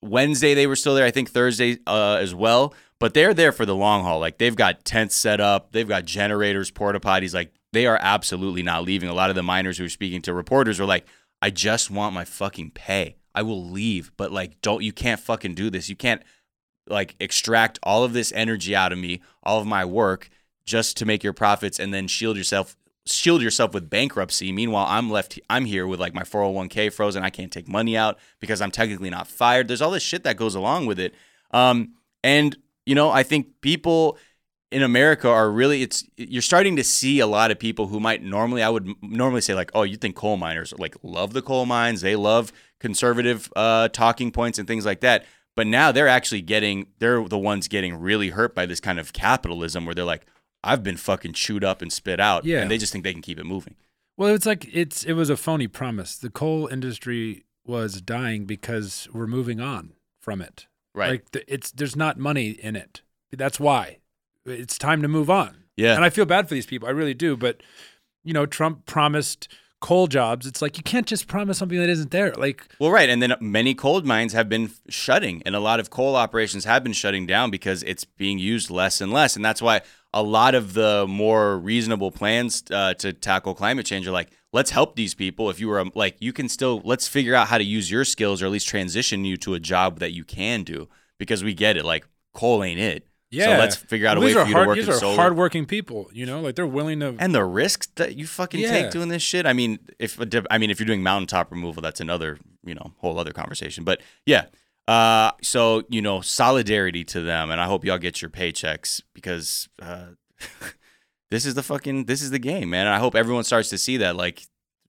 Speaker 1: Wednesday they were still there. I think Thursday uh, as well. But they're there for the long haul. Like they've got tents set up, they've got generators, porta potties. Like they are absolutely not leaving. A lot of the miners who are speaking to reporters were like, "I just want my fucking pay. I will leave, but like, don't you can't fucking do this. You can't like extract all of this energy out of me, all of my work, just to make your profits, and then shield yourself." shield yourself with bankruptcy meanwhile i'm left i'm here with like my 401k frozen i can't take money out because i'm technically not fired there's all this shit that goes along with it um and you know i think people in America are really it's you're starting to see a lot of people who might normally I would m- normally say like oh you think coal miners like love the coal mines they love conservative uh, talking points and things like that but now they're actually getting they're the ones getting really hurt by this kind of capitalism where they're like I've been fucking chewed up and spit out
Speaker 2: Yeah.
Speaker 1: and they just think they can keep it moving
Speaker 2: Well, it's like it's it was a phony promise. The coal industry was dying because we're moving on from it.
Speaker 1: Right.
Speaker 2: Like th- it's there's not money in it. That's why it's time to move on.
Speaker 1: Yeah.
Speaker 2: And I feel bad for these people. I really do. But you know, Trump promised coal jobs, it's like you can't just promise something that isn't there. Like
Speaker 1: Well, right, and then many coal mines have been f- shutting, and a lot of coal operations have been shutting down because it's being used less and less, and that's why a lot of the more reasonable plans uh, to tackle climate change are like, let's help these people. If you were um, like, you can still let's figure out how to use your skills, or at least transition you to a job that you can do, because we get it, like coal ain't it.
Speaker 2: yeah,
Speaker 1: so let's figure out a
Speaker 2: Well,
Speaker 1: way for
Speaker 2: these are
Speaker 1: you
Speaker 2: hard,
Speaker 1: to work
Speaker 2: These
Speaker 1: in
Speaker 2: are
Speaker 1: solar.
Speaker 2: hardworking people, you know, like they're willing to.
Speaker 1: and the risks that you fucking
Speaker 2: Yeah.
Speaker 1: take doing this shit. I mean, if a diff- I mean if you're doing mountaintop removal, that's another you know whole other conversation. But yeah, uh, so you know solidarity to them, and I hope y'all get your paychecks because uh, <laughs> this is the fucking this is the game, man. And I hope everyone starts to see that like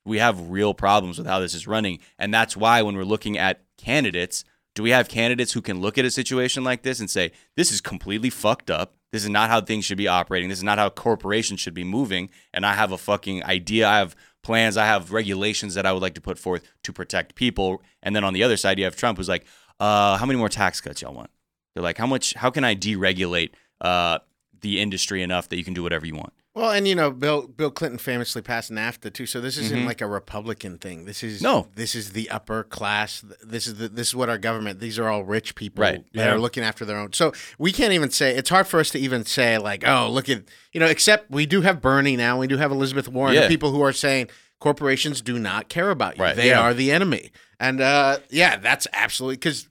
Speaker 1: we have real problems with how this is running, and that's why when we're looking at candidates. Do we have candidates who can look at a situation like this and say, this is completely fucked up? This is not how things should be operating. This is not how corporations should be moving. And I have a fucking idea. I have plans. I have regulations that I would like to put forth to protect people. And then on the other side, you have Trump who's like, uh, how many more tax cuts y'all want? They're like, how much, how can I deregulate uh, the industry enough that you can do whatever you want?
Speaker 3: Well, and you know, Bill Bill Clinton famously passed NAFTA too, so this isn't like a Republican thing. This is
Speaker 1: Mm-hmm. No.
Speaker 3: This is the upper class. Th- This is the, this is what our government. These are all rich people
Speaker 1: Right.
Speaker 3: that are looking after their own. So we can't even say it's hard for us to even say like, oh, look at you know. Except we do have Bernie now. We do have Elizabeth Warren.
Speaker 1: Yeah.
Speaker 3: People who are saying corporations do not care about you.
Speaker 1: Right.
Speaker 3: They
Speaker 1: Yeah.
Speaker 3: are the enemy. And uh, yeah, that's absolutely because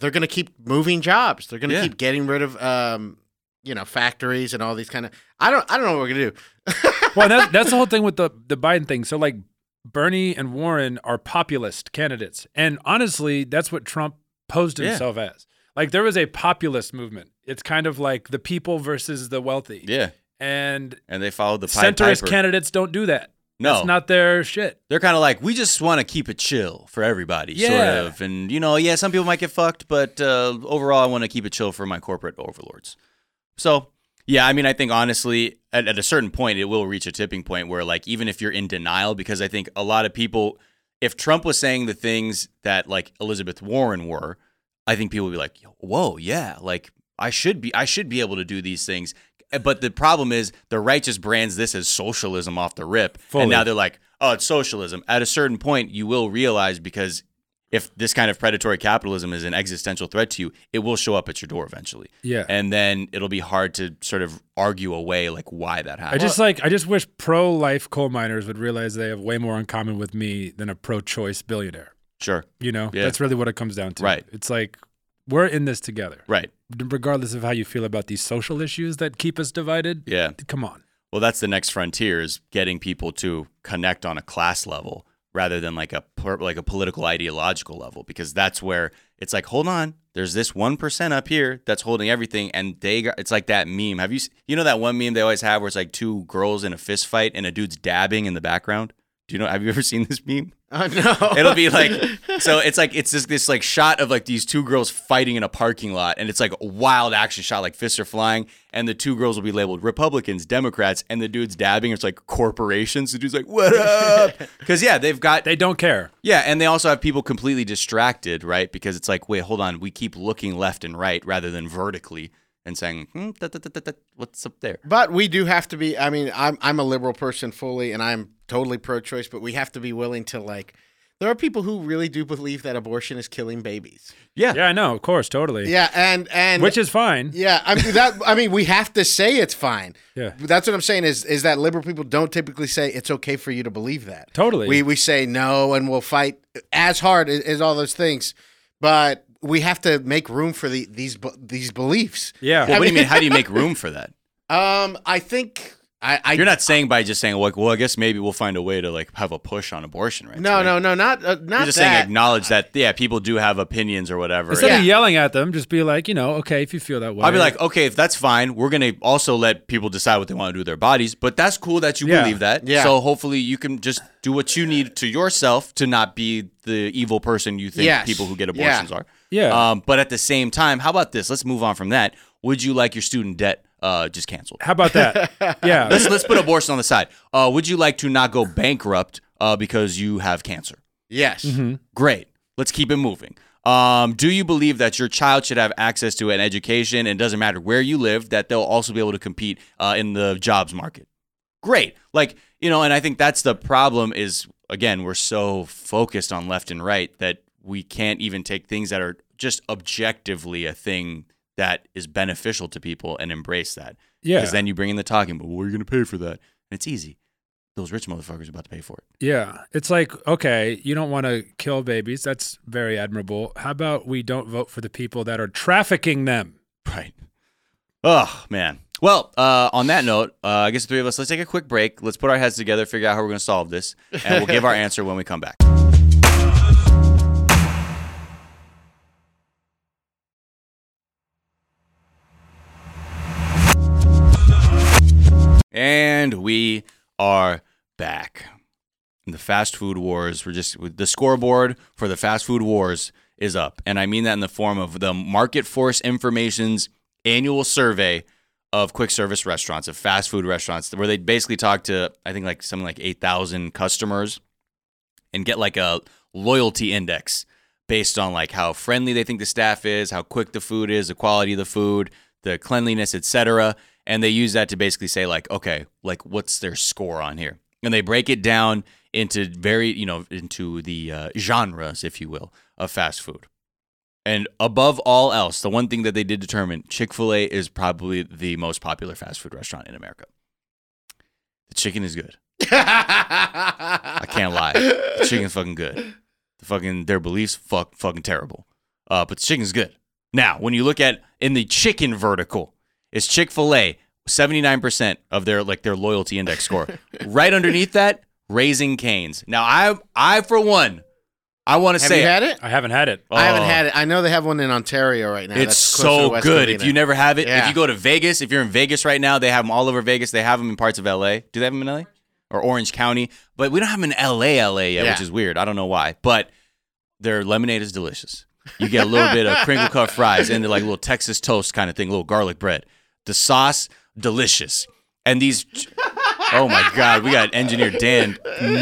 Speaker 3: they're going to keep moving jobs. They're going to
Speaker 1: Yeah.
Speaker 3: keep getting rid of, um, you know, factories and all these kind of. I don't. I don't know what we're going to do. <laughs>
Speaker 2: well, that's, that's the whole thing with the the Biden thing. So like Bernie and Warren are populist candidates, and honestly, that's what Trump posed
Speaker 1: Yeah.
Speaker 2: himself as. Like there was a populist movement. It's kind of like the people versus the wealthy.
Speaker 1: Yeah.
Speaker 2: And
Speaker 1: And they followed the Pied
Speaker 2: centrist
Speaker 1: Piper.
Speaker 2: candidates don't do that.
Speaker 1: No.
Speaker 2: That's not their shit.
Speaker 1: They're kind of like, we just want to keep it chill for everybody,
Speaker 2: Yeah.
Speaker 1: sort of. And, you know, yeah, some people might get fucked, but uh, overall, I want to keep it chill for my corporate overlords. So, yeah, I mean, I think honestly, at, at a certain point, it will reach a tipping point where, like, even if you're in denial, because I think a lot of people, if Trump was saying the things that, like, Elizabeth Warren were, I think people would be like, whoa, yeah, like, I should be, I should be able to do these things. But the problem is, the right just brands this as socialism off the rip, and now they're like, "Oh, it's socialism." At a certain point, you will realize because if this kind of predatory capitalism is an existential threat to you, it will show up at your door eventually.
Speaker 2: Yeah.
Speaker 1: And then it'll be hard to sort of argue away like why that
Speaker 2: I
Speaker 1: happened.
Speaker 2: just like I just wish pro-life coal miners would realize they have way more in common with me than a pro-choice billionaire.
Speaker 1: sure.
Speaker 2: You know,
Speaker 1: Yeah.
Speaker 2: that's really what it comes down to.
Speaker 1: Right.
Speaker 2: It's like we're in this together,
Speaker 1: Right.
Speaker 2: regardless of how you feel about these social issues that keep us divided.
Speaker 1: Yeah.
Speaker 2: Come on.
Speaker 1: Well, that's the next frontier is getting people to connect on a class level rather than like a per- like a political ideological level because that's where it's like, "Hold on, there's this 1% up here that's holding everything and they got, it's like that meme. Have you s- you know that one meme they always have where it's like two girls in a fist fight and a dude's dabbing in the background? Do you know have you ever <laughs> seen this meme?
Speaker 3: Oh no!
Speaker 1: It'll be like so it's like it's just this like shot of like these two girls fighting in a parking lot and it's like a wild action shot like fists are flying and the two girls will be labeled Republicans, Democrats and the dude's dabbing it's like corporations. The dude's like, "What up?" Cuz yeah, they've got
Speaker 2: They don't care.
Speaker 1: yeah, and they also have people completely distracted, right? Because it's like, wait, hold on, we keep looking left and right rather than vertically and saying, hmm, da, da, da, da, da, "What's up there?"
Speaker 3: but we do have to be. I mean, I'm I'm a liberal person fully, and I'm totally pro-choice. But we have to be willing to like. There are people who really do believe that abortion is killing babies.
Speaker 1: Yeah.
Speaker 2: Yeah, I know. Of course, totally.
Speaker 3: Yeah, and and
Speaker 2: Which is fine.
Speaker 3: Yeah, I mean that. I mean, we have to say it's fine.
Speaker 2: Yeah.
Speaker 3: But that's what I'm saying is is that liberal people don't typically say it's okay for you to believe that.
Speaker 2: Totally.
Speaker 3: We we say no, and we'll fight as hard as, as all those things, but we have to make room for the these be- these beliefs.
Speaker 2: Yeah.
Speaker 1: Well, what do you mean? How do you make room for that?
Speaker 3: Um, I think I. I
Speaker 1: You're not saying by just saying like, well, I guess maybe we'll find a way to like have a push on abortion rights.
Speaker 3: no,
Speaker 1: right?
Speaker 3: no, no, not uh, not
Speaker 1: You're just
Speaker 3: that.
Speaker 1: saying acknowledge that yeah, people do have opinions or whatever.
Speaker 2: Instead
Speaker 3: Yeah.
Speaker 2: of yelling at them, just be like, you know, okay, if you feel that way.
Speaker 1: I'll be like, okay, if that's fine, we're gonna also let people decide what they want to do with their bodies. But that's cool that you
Speaker 2: Yeah.
Speaker 1: believe that.
Speaker 3: Yeah.
Speaker 1: So hopefully you can just do what you need to yourself to not be the evil person you think
Speaker 3: Yes.
Speaker 1: people who get
Speaker 3: Yeah.
Speaker 1: abortions are.
Speaker 2: Yeah.
Speaker 1: Um, but at the same time, how about this? Let's move on from that. Would you like your student debt uh, just canceled?
Speaker 2: how
Speaker 1: <laughs>
Speaker 2: about that? yeah.
Speaker 1: let's let's put abortion on the side. Uh, would you like to not go bankrupt uh, because you have cancer?
Speaker 3: yes.
Speaker 2: Mm-hmm.
Speaker 3: <laughs>
Speaker 1: Great. Let's keep it moving. Um, do you believe that your child should have access to an education and it doesn't matter where you live, that they'll also be able to compete uh, in the jobs market? great. Like, you know, and I think that's the problem is again, we're so focused on left and right that we can't even take things that are just objectively a thing that is beneficial to people and embrace that.
Speaker 2: Yeah.
Speaker 1: Because then you bring in the talking, but what are you going to pay for that? And it's easy. Those rich motherfuckers are about to pay for it.
Speaker 2: Yeah. It's like, okay, you don't want to kill babies. That's very admirable. How about we don't vote for the people that are trafficking them?
Speaker 1: Right. Oh, man. Well, uh, on that note, uh, I guess the three of us, let's take a quick break. Let's put our heads together, figure out how we're going to solve this, and we'll give our answer when we come back. And we are back. The fast food wars were just the scoreboard for the fast food wars is up. And I mean that in the form of the Market Force Information's annual survey of quick service restaurants, of fast food restaurants, where they basically talk to, I think, like something like 8,000 customers and get like a loyalty index based on like how friendly they think the staff is, how quick the food is, the quality of the food, the cleanliness, etc. And they use that to basically say like, okay, like what's their score on here? And they break it down into very, you know, into the uh, genres, if you will, of fast food. And above all else, the one thing that they did determine Chick fil A is probably the most popular fast food restaurant in America. The chicken is good. I can't lie. The chicken's fucking good. The fucking their beliefs fuck fucking terrible. Uh, but the chicken's good. Now, when you look at in the chicken vertical, it's Chick Fil A, seventy nine percent of their like their loyalty index
Speaker 3: <laughs>
Speaker 1: score. right underneath that, Raising Canes. Now, I I for one, I want to
Speaker 3: Have
Speaker 1: say
Speaker 3: you had it?
Speaker 2: I haven't had it.
Speaker 3: I haven't
Speaker 1: Oh.
Speaker 3: had it. I know they have one in Ontario right now.
Speaker 1: It's
Speaker 3: That's closer to
Speaker 1: so
Speaker 3: West
Speaker 1: good. If
Speaker 3: Covina.
Speaker 1: you never have it, if
Speaker 3: Yeah.
Speaker 1: you go to Vegas, if you're in Vegas right now, they have them all over Vegas. They have them in parts of LA. Do they have them in LA or Orange County? But we don't have them in LA, LA yet,
Speaker 3: Yeah.
Speaker 1: which is weird. I don't know why. But their lemonade is delicious. You get a little bit of
Speaker 3: <laughs>
Speaker 1: crinkle cut fries and they're like little Texas toast kind of thing, little garlic bread. The sauce, delicious. And these. Oh my God, we got engineer Dan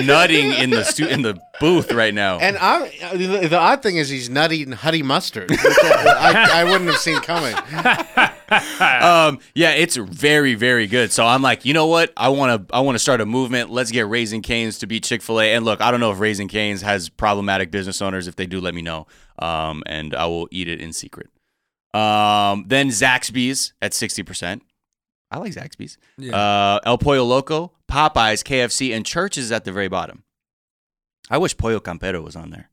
Speaker 1: nutting in the stu- in the booth right now.
Speaker 3: And I, the, the odd thing is he's not eating honey mustard, which I, I wouldn't have seen coming.
Speaker 1: um, yeah, it's very, very good. So I'm like, you know what? I want to, I want to start a movement. Let's get Raising Canes to be Chick Fil A. And look, I don't know if Raising Canes has problematic business owners. If they do, let me know, um, and I will eat it in secret. Um, then Zaxby's at sixty percent. I like Zaxby's. Uh, El Pollo Loco, Popeyes, KFC, and Church is at the very bottom. I wish Pollo Campero was on there.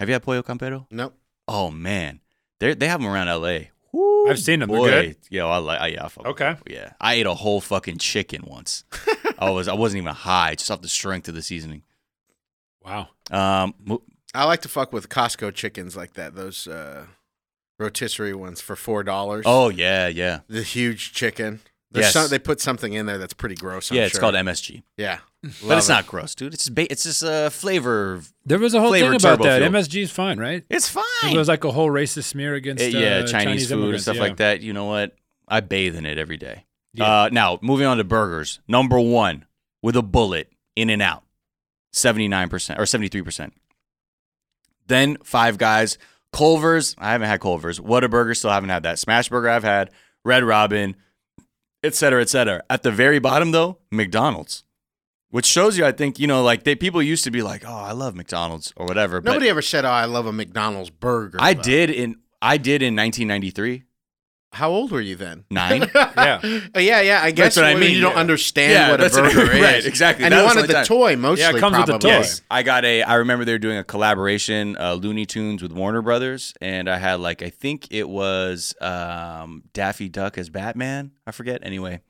Speaker 1: Have you had Pollo Campero?
Speaker 3: Nope.
Speaker 1: Oh man, they they have them around L.A.
Speaker 2: I've seen them. They're
Speaker 1: Boy,
Speaker 2: good.
Speaker 1: Yo, I like. I, yeah, I fuck with
Speaker 2: Okay.
Speaker 1: Taco Bell, Yeah, I ate a whole fucking chicken once. I was. I wasn't even high, just off the strength of the seasoning.
Speaker 2: Wow.
Speaker 1: Um, mo-
Speaker 3: I like to fuck with Costco chickens like that. Those uh, rotisserie ones for four dollars.
Speaker 1: oh yeah, yeah,
Speaker 3: the huge chicken. There's
Speaker 1: Yes.
Speaker 3: some- they put something in there that's pretty gross. I'm
Speaker 1: yeah. It's
Speaker 3: sure.
Speaker 1: called MSG,
Speaker 3: Yeah,
Speaker 1: but
Speaker 3: Love
Speaker 1: it's
Speaker 3: it.
Speaker 1: not gross, dude. It's ba- it's just a flavor.
Speaker 2: There was a whole
Speaker 1: Flavored
Speaker 2: thing about
Speaker 1: turbo
Speaker 2: that.
Speaker 1: fuel.
Speaker 2: MSG is fine, right?
Speaker 1: It's fine.
Speaker 2: It was like a whole racist smear against
Speaker 1: It-
Speaker 2: uh,
Speaker 1: Eh, yeah,
Speaker 2: Chinese,
Speaker 1: Chinese, food and
Speaker 2: immigrants,
Speaker 1: stuff
Speaker 2: yeah.
Speaker 1: like that. You know what? I bathe in it every day.
Speaker 2: Yeah.
Speaker 1: Uh, now moving on to burgers. Number one with a bullet, In and Out, seventy nine percent or seventy three percent. Then Five Guys, Culver's. I haven't had Culver's. Whataburger, still haven't had that. Smashburger, I've had. Red Robin, et cetera, et cetera. At the very bottom though, McDonald's. Which shows you, I think, you know, like they people used to be like, "Oh, I love McDonald's" or whatever. but-
Speaker 3: nobody ever said, "Oh, I love a McDonald's burger."
Speaker 1: I
Speaker 3: though.
Speaker 1: did in I did in 1993
Speaker 3: How old were
Speaker 1: <gasps>
Speaker 3: you then? <laughs>
Speaker 1: nine. <laughs>
Speaker 2: Yeah.
Speaker 3: Oh, yeah, yeah. I guess
Speaker 1: what I
Speaker 3: when
Speaker 1: mean,
Speaker 3: You don't
Speaker 1: yeah.
Speaker 3: understand
Speaker 1: Yeah,
Speaker 3: what a
Speaker 1: that's what I-
Speaker 3: burger
Speaker 1: <laughs>
Speaker 3: is,
Speaker 1: right, exactly.
Speaker 3: And
Speaker 1: That
Speaker 3: you
Speaker 1: was the
Speaker 3: wanted the
Speaker 1: only time.
Speaker 3: toy mostly.
Speaker 2: it comes with the
Speaker 3: probably.
Speaker 2: toy.
Speaker 1: Yes, I got a. I remember they were doing a collaboration, uh, Looney Tunes with Warner Brothers, and I had like I think it was um, Daffy Duck as Batman. I forget. Anyway,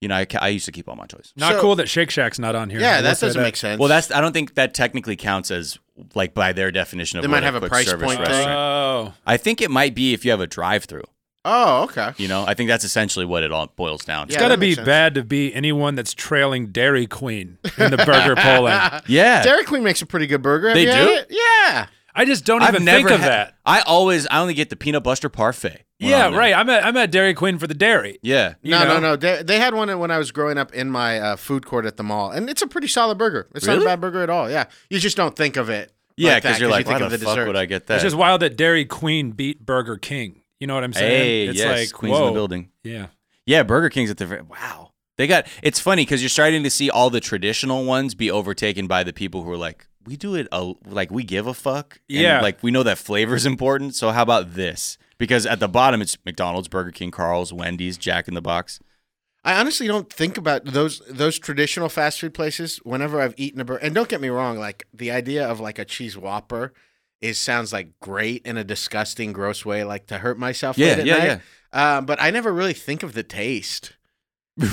Speaker 1: you know, I, ca- I used to keep all my toys.
Speaker 2: Not
Speaker 3: So-
Speaker 2: cool that Shake Shack's not on here. I
Speaker 3: Yeah,
Speaker 2: will
Speaker 3: that
Speaker 2: say
Speaker 3: doesn't make sense.
Speaker 1: Well, that's I don't think that technically counts as like by their definition of
Speaker 3: They
Speaker 1: what
Speaker 3: might have a
Speaker 1: quick
Speaker 3: price
Speaker 1: service
Speaker 3: point thing.
Speaker 1: restaurant.
Speaker 2: Oh,
Speaker 1: I think it might be if you have a drive-through.
Speaker 3: oh, okay.
Speaker 1: You know, I think that's essentially what it all boils down to.
Speaker 2: it's
Speaker 3: Yeah,
Speaker 2: got to
Speaker 3: that
Speaker 2: be
Speaker 3: makes sense.
Speaker 2: bad to be anyone that's trailing Dairy Queen in the
Speaker 3: <laughs>
Speaker 2: burger polling.
Speaker 1: Yeah.
Speaker 3: Dairy Queen makes a pretty good burger. Have
Speaker 1: They
Speaker 3: you had
Speaker 1: do?
Speaker 3: it? Yeah.
Speaker 2: I just don't even think of
Speaker 1: had-
Speaker 2: that.
Speaker 1: I always I only get the peanut butter parfait. when
Speaker 2: Yeah,
Speaker 1: I'm there.
Speaker 2: right. I'm at I'm at Dairy Queen for the dairy.
Speaker 1: Yeah.
Speaker 2: You
Speaker 3: no,
Speaker 2: know?
Speaker 3: no, no. They, they had one when I was growing up in my uh, food court at the mall, and it's a pretty solid burger. It's not
Speaker 1: Really?
Speaker 3: a bad burger at all. Yeah, you just don't think of it.
Speaker 1: Yeah,
Speaker 3: like that,
Speaker 1: because you're like,
Speaker 3: you think
Speaker 1: why
Speaker 3: of
Speaker 1: the,
Speaker 3: the,
Speaker 1: fuck
Speaker 3: dessert.
Speaker 1: would I get that?
Speaker 2: It's just wild that Dairy Queen beat Burger King. You know what I'm saying?
Speaker 1: hey,
Speaker 2: it's
Speaker 1: yes,
Speaker 2: like
Speaker 1: Queens in
Speaker 2: whoa.
Speaker 1: the building.
Speaker 2: Yeah.
Speaker 1: Yeah, Burger King's at the very, wow. They got it's funny because you're starting to see all the traditional ones be overtaken by the people who are like, we do it a, like we give a fuck. and,
Speaker 2: Yeah.
Speaker 1: like we know that flavor's important. So how about this? Because at the bottom it's McDonald's, Burger King, Carl's, Wendy's, Jack in the Box. <laughs>
Speaker 3: I honestly don't think about those those traditional fast food places whenever I've eaten a burger. And don't get me wrong, like the idea of like a cheese whopper is sounds like great in a disgusting, gross way, like to hurt myself.
Speaker 1: Yeah,
Speaker 3: with at
Speaker 1: yeah,
Speaker 3: night. Uh, but I never really think of the taste.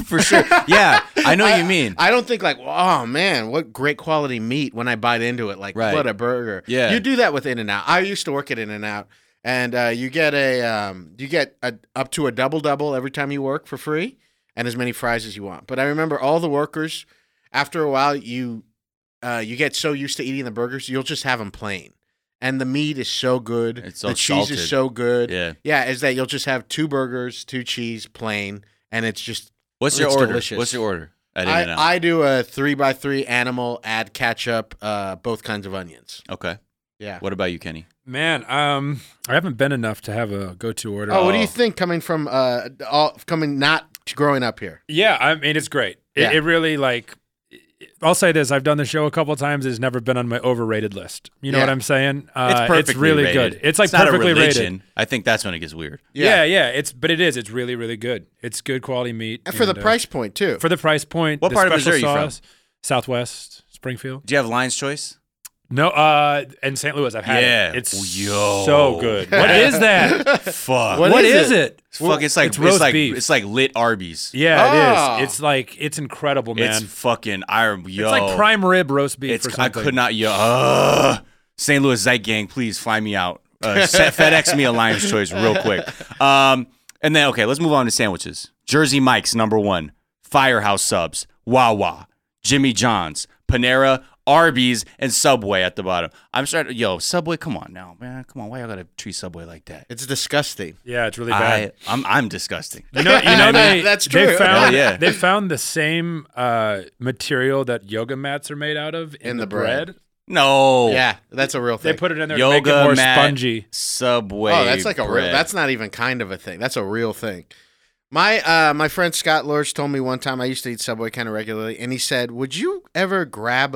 Speaker 1: For sure. Yeah. I know what
Speaker 2: <laughs>
Speaker 1: you mean.
Speaker 3: I don't think like, oh man, what great quality meat when I bite into it. Like,
Speaker 1: Right.
Speaker 3: what a burger.
Speaker 1: Yeah.
Speaker 3: You do that with In and Out. I used to work at In and Out, and uh, you get a um, you get a, up to a double double every time you work for free, and as many fries as you want. But I remember all the workers. After a while, you uh, you get so used to eating the burgers, you'll just have them plain. And the meat is so good.
Speaker 1: It's
Speaker 3: the
Speaker 1: all
Speaker 3: cheese
Speaker 1: salted.
Speaker 3: is so good.
Speaker 1: Yeah.
Speaker 3: Yeah, is that you'll just have two burgers, two cheese, plain, and it's just
Speaker 1: What's your
Speaker 3: It's
Speaker 1: order?
Speaker 3: delicious.
Speaker 1: What's your order? At In-N-Out?
Speaker 3: I, I do a three by three animal, add ketchup, uh, both kinds of onions.
Speaker 1: okay.
Speaker 3: Yeah.
Speaker 1: What about you, Kenny?
Speaker 2: Man, um, I haven't been enough to have a go-to order.
Speaker 3: Oh, what do you think coming from uh, all, coming not growing up here?
Speaker 2: Yeah, I mean it's great. It,
Speaker 3: Yeah.
Speaker 2: it really like I'll say this: I've done the show a couple times. It's never been on my overrated list. You know
Speaker 3: Yeah.
Speaker 2: what I'm saying? Uh,
Speaker 1: perfectly
Speaker 2: really
Speaker 1: rated.
Speaker 2: good. It's like
Speaker 1: not a
Speaker 2: perfectly rated.
Speaker 1: religion. I think that's when it gets weird.
Speaker 2: Yeah. yeah, It's but it is. It's really really good. It's good quality meat
Speaker 3: And for the
Speaker 2: and, uh,
Speaker 3: price point too.
Speaker 2: For the price point.
Speaker 1: What
Speaker 2: the
Speaker 1: part of
Speaker 2: special
Speaker 1: Missouri you from?
Speaker 2: sauce, Southwest Springfield.
Speaker 1: Do you have Lion's Choice?
Speaker 2: No, uh, and St. Louis. I've had
Speaker 1: Yeah.
Speaker 2: it. It's
Speaker 1: Yo.
Speaker 2: so good.
Speaker 1: <laughs>
Speaker 2: What is that?
Speaker 1: Fuck.
Speaker 3: What
Speaker 2: what
Speaker 3: is
Speaker 2: is,
Speaker 3: it?
Speaker 2: it?
Speaker 1: It's fuck, it's like
Speaker 2: It's
Speaker 1: it's,
Speaker 2: roast
Speaker 1: like
Speaker 2: beef.
Speaker 1: it's like lit Arby's.
Speaker 2: Yeah,
Speaker 3: Oh.
Speaker 2: it is. It's like it's incredible, man.
Speaker 1: It's fucking I yo.
Speaker 2: It's like prime rib roast beef.
Speaker 1: It's
Speaker 2: or
Speaker 1: I
Speaker 2: something.
Speaker 1: could not yo. Ugh. St. Louis Zeit gang, please fly me out. Uh,
Speaker 2: <laughs>
Speaker 1: se- FedEx me a Lion's Choice real quick. Um, and then okay, let's move on to sandwiches. Jersey Mike's number one, Firehouse Subs, Wawa, Jimmy John's, Panera, Arby's, and Subway at the bottom. I'm starting. Yo, Subway, come on now, man, come on. Why y'all gotta treat Subway like that?
Speaker 3: it's disgusting.
Speaker 2: Yeah, it's really bad.
Speaker 1: I, I'm I'm disgusting.
Speaker 2: You <laughs> know, you know they
Speaker 3: That's true.
Speaker 2: They found,
Speaker 1: Hell Oh, yeah.
Speaker 2: they found the same uh, material that yoga mats are made out of in, the, bread.
Speaker 1: No.
Speaker 3: Yeah, that's a real
Speaker 2: They
Speaker 3: thing.
Speaker 2: put it in there to make
Speaker 1: Yoga
Speaker 2: it more
Speaker 1: mat,
Speaker 2: spongy.
Speaker 1: Subway.
Speaker 3: oh, that's like a real.
Speaker 1: bread.
Speaker 3: That's not even kind of a thing. That's a real thing. My uh, my friend Scott Lurch told me one time I used to eat Subway kind of regularly, and he said, "Would you ever grab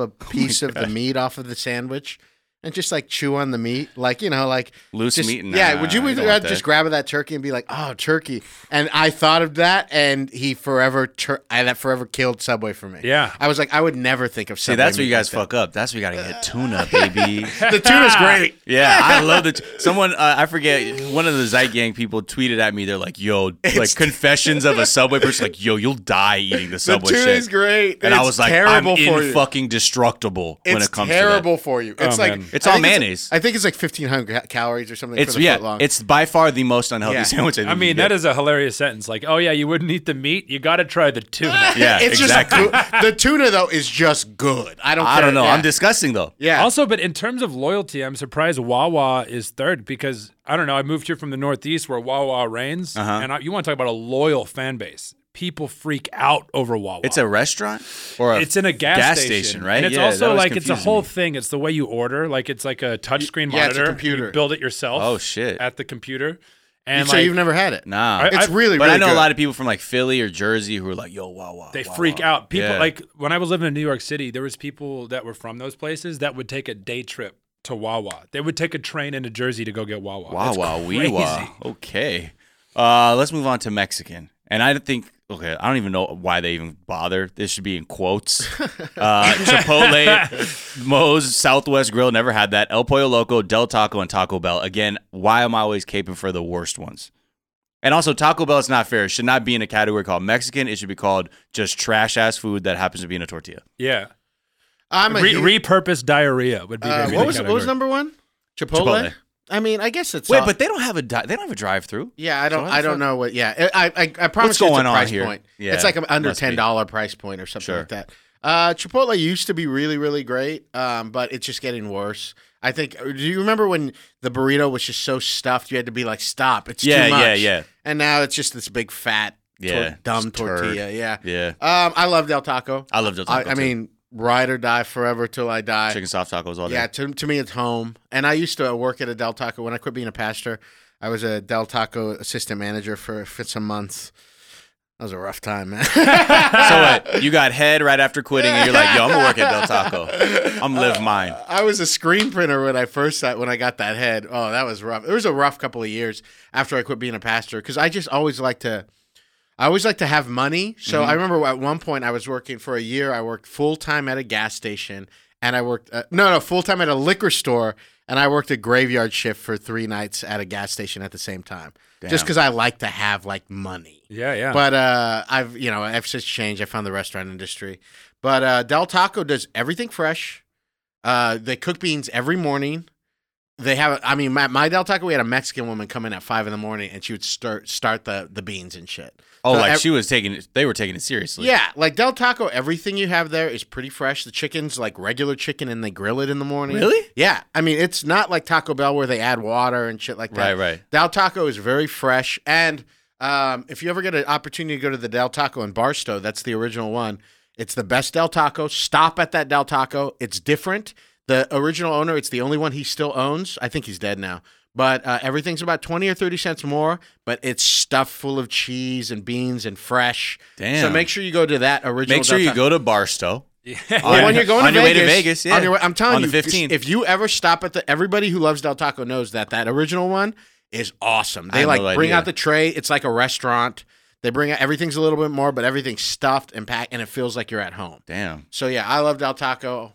Speaker 1: <laughs> Oh
Speaker 3: a piece of the meat off of the sandwich and just like chew on the meat, like you know, like
Speaker 1: loose
Speaker 3: just-
Speaker 1: meat. Nah,
Speaker 3: yeah, would you
Speaker 1: I
Speaker 3: would
Speaker 1: don't want
Speaker 3: rather just
Speaker 1: that.
Speaker 3: grab that turkey and be like, "Oh, turkey"? And I thought of that, and he forever, tur- I, that forever killed Subway for me.
Speaker 2: Yeah.
Speaker 3: I was like, I would never think of
Speaker 1: See,
Speaker 3: Subway.
Speaker 1: that's where
Speaker 3: meat
Speaker 1: you guys
Speaker 3: like
Speaker 1: fuck up. That's where you gotta get
Speaker 3: <laughs>
Speaker 1: tuna, baby.
Speaker 3: that. The tuna's great.
Speaker 1: <laughs> yeah, I love it. Someone, uh, I forget, one of the Zeit Gang people tweeted at me. They're like,
Speaker 3: <laughs>
Speaker 1: "Yo, like confessions of a Subway person. Like, yo, you'll die eating the
Speaker 3: The
Speaker 1: Subway
Speaker 3: tuna's
Speaker 1: shit."
Speaker 3: great.
Speaker 1: And I
Speaker 3: It's
Speaker 1: was like,
Speaker 3: terrible
Speaker 1: "I'm
Speaker 3: for you.
Speaker 1: in fucking destructible when
Speaker 3: it's
Speaker 1: it comes to
Speaker 3: terrible for you. It's
Speaker 2: Oh,
Speaker 3: like
Speaker 2: man.
Speaker 1: It's
Speaker 3: I
Speaker 1: all
Speaker 3: think
Speaker 1: mayonnaise.
Speaker 3: I think it's like fifteen hundred ca- calories or something.
Speaker 1: that. It's
Speaker 3: for the
Speaker 1: yeah,
Speaker 3: footlong.
Speaker 1: it's by far the most unhealthy
Speaker 3: Yeah.
Speaker 1: sandwich. I,
Speaker 2: I mean, that is a hilarious sentence. Like, oh yeah, you wouldn't eat the meat. You got to try the <laughs> tuna.
Speaker 1: yeah,
Speaker 3: <laughs> It's
Speaker 1: exactly.
Speaker 3: just good- the tuna though is just good. I don't.
Speaker 1: I
Speaker 3: care.
Speaker 1: don't know.
Speaker 3: Yeah.
Speaker 1: I'm disgusting though.
Speaker 3: yeah.
Speaker 2: Also, but in terms of loyalty, I'm surprised Wawa is third because I don't know. I moved here from the Northeast where Wawa reigns,
Speaker 1: Uh-huh.
Speaker 2: and I, you want to talk about a loyal fan base? People freak out over Wawa.
Speaker 1: It's a restaurant or a
Speaker 2: it's in a gas,
Speaker 1: Uh, station, right?
Speaker 2: And it's
Speaker 1: Yeah, that
Speaker 2: also
Speaker 1: was
Speaker 2: like it's a
Speaker 1: confusing
Speaker 2: whole
Speaker 1: me.
Speaker 2: thing. It's the way you order. Like it's like a touchscreen
Speaker 3: Yeah, it's a
Speaker 2: monitor.
Speaker 3: computer.
Speaker 2: You build it yourself.
Speaker 1: Oh, shit.
Speaker 2: At the computer, and
Speaker 3: so
Speaker 2: like,
Speaker 3: you've never had it.
Speaker 1: Nah,
Speaker 2: I-
Speaker 3: It's
Speaker 2: I've-
Speaker 3: really, really.
Speaker 1: but I know
Speaker 3: good.
Speaker 1: a lot of people from like Philly or Jersey who are like, "Yo, wow, wow."
Speaker 2: they
Speaker 1: wow,
Speaker 2: freak
Speaker 1: wow."
Speaker 2: out. People
Speaker 1: Yeah.
Speaker 2: like when I was living in New York City, there was people that were from those places that would take a day trip to Wawa. They would take a train into Jersey to go get Wawa.
Speaker 1: Wow,
Speaker 2: It's
Speaker 1: wow, wee
Speaker 2: crazy.
Speaker 1: wow. Okay. Uh, let's move on to Mexican. And I think, okay, I don't even know why they even bother. This should be in
Speaker 2: <laughs>
Speaker 1: quotes. Uh, Chipotle, Moe's, Southwest Grill, never had that. El Pollo Loco, Del Taco, and Taco Bell. Again, why am I always caping for the worst ones? And also, Taco Bell is not fair. It should not be in a category called Mexican. It should be called just trash ass food that happens to be in a tortilla.
Speaker 2: Yeah.
Speaker 3: I'm a
Speaker 2: Re-
Speaker 3: huge-
Speaker 2: repurpose diarrhea would be.
Speaker 3: uh,
Speaker 2: maybe
Speaker 3: what
Speaker 2: the
Speaker 3: was what was
Speaker 2: category.
Speaker 3: number one? Chipotle.
Speaker 1: Chipotle.
Speaker 3: I mean, I guess it's
Speaker 1: Wait,
Speaker 3: all-
Speaker 1: but they don't have a di- they don't have a drive through.
Speaker 3: Yeah, I don't.
Speaker 1: how
Speaker 3: I
Speaker 1: the
Speaker 3: don't
Speaker 1: fuck-
Speaker 3: know what. Yeah, I. I, I promise
Speaker 1: What's
Speaker 3: you it's
Speaker 1: going
Speaker 3: a
Speaker 1: on
Speaker 3: price
Speaker 1: here?
Speaker 3: point.
Speaker 1: Yeah,
Speaker 3: it's like an under
Speaker 1: must be.
Speaker 3: ten dollar price point or something
Speaker 1: Sure.
Speaker 3: like that. Uh, Chipotle used to be really, really great, um, but it's just getting worse. I think. Do you remember when the burrito was just so stuffed? You had to be like, "Stop! It's
Speaker 1: Yeah,
Speaker 3: too much."
Speaker 1: yeah, yeah.
Speaker 3: And now it's just this big fat, tor-
Speaker 1: Yeah,
Speaker 3: dumb
Speaker 1: it's turd.
Speaker 3: tortilla. Yeah,
Speaker 1: Yeah.
Speaker 3: Um, I love Del Taco.
Speaker 1: I love Del
Speaker 3: I,
Speaker 1: Taco.
Speaker 3: I
Speaker 1: too.
Speaker 3: mean, ride or die forever till I die.
Speaker 1: chicken soft tacos all day.
Speaker 3: Yeah, to, to me, it's home. And I used to work at a Del Taco when I quit being a pastor. I was a Del Taco assistant manager for, for some months. That was a rough time, man. <laughs>
Speaker 1: So what? You got head right after quitting, and you're like, "Yo, I'm gonna work at Del Taco. I'm
Speaker 3: <laughs>
Speaker 1: live mine."
Speaker 3: I was a screen printer when I first got, when I got that head. Oh, that was rough. It was a rough couple of years after I quit being a pastor because I just always like to, I always like to have money. So I remember at one point I was working for a year. I worked full time at a gas station and I worked uh, no no full time at a liquor store and I worked a graveyard shift for three nights at a gas station at the same time just
Speaker 1: Damn.
Speaker 3: because I like to have like money.
Speaker 2: Yeah, yeah. <laughs>
Speaker 3: <laughs> But uh, I've you know I've since changed. I found the restaurant industry, but uh, Del Taco does everything fresh. Uh, they cook beans every morning. They have, I mean, my, my Del Taco, we had a Mexican woman come in at five in the morning, and she would start start the the beans and shit.
Speaker 1: Oh,
Speaker 3: So
Speaker 1: like
Speaker 3: ev-
Speaker 1: she was taking it. They were taking it seriously.
Speaker 3: yeah, like Del Taco, everything you have there is pretty fresh. The chicken's like regular chicken, and they grill it in the morning.
Speaker 1: Really?
Speaker 3: Yeah, I mean, it's not like Taco Bell where they add water and shit like
Speaker 1: Right,
Speaker 3: that.
Speaker 1: right.
Speaker 3: Del Taco is very fresh, and um, if you ever get an opportunity to go to the Del Taco in Barstow, that's the original one. It's the best Del Taco. Stop at that Del Taco. It's different. The original owner, it's the only one he still owns. I think he's dead now. But uh, everything's about 20 or 30 cents more, but it's stuffed full of cheese and beans and fresh. So
Speaker 1: Damn.
Speaker 3: make sure you go to that original.
Speaker 1: Make sure
Speaker 3: Del
Speaker 1: you
Speaker 3: Taco.
Speaker 1: go to Barstow. Yeah.
Speaker 3: Well, when you're going
Speaker 1: on
Speaker 3: to
Speaker 1: your
Speaker 3: Vegas,
Speaker 1: way to Vegas, yeah.
Speaker 3: on your way- I'm telling
Speaker 1: on
Speaker 3: you,
Speaker 1: the 15th.
Speaker 3: if you ever stop at the, everybody who loves Del Taco knows that that original one is awesome.
Speaker 1: I
Speaker 3: They
Speaker 1: had
Speaker 3: like
Speaker 1: no
Speaker 3: bring
Speaker 1: idea.
Speaker 3: out the tray. It's like a restaurant. They bring out everything's a little bit more, but everything's stuffed and packed, and it feels like you're at home.
Speaker 1: Damn.
Speaker 3: So yeah, I love Del Taco.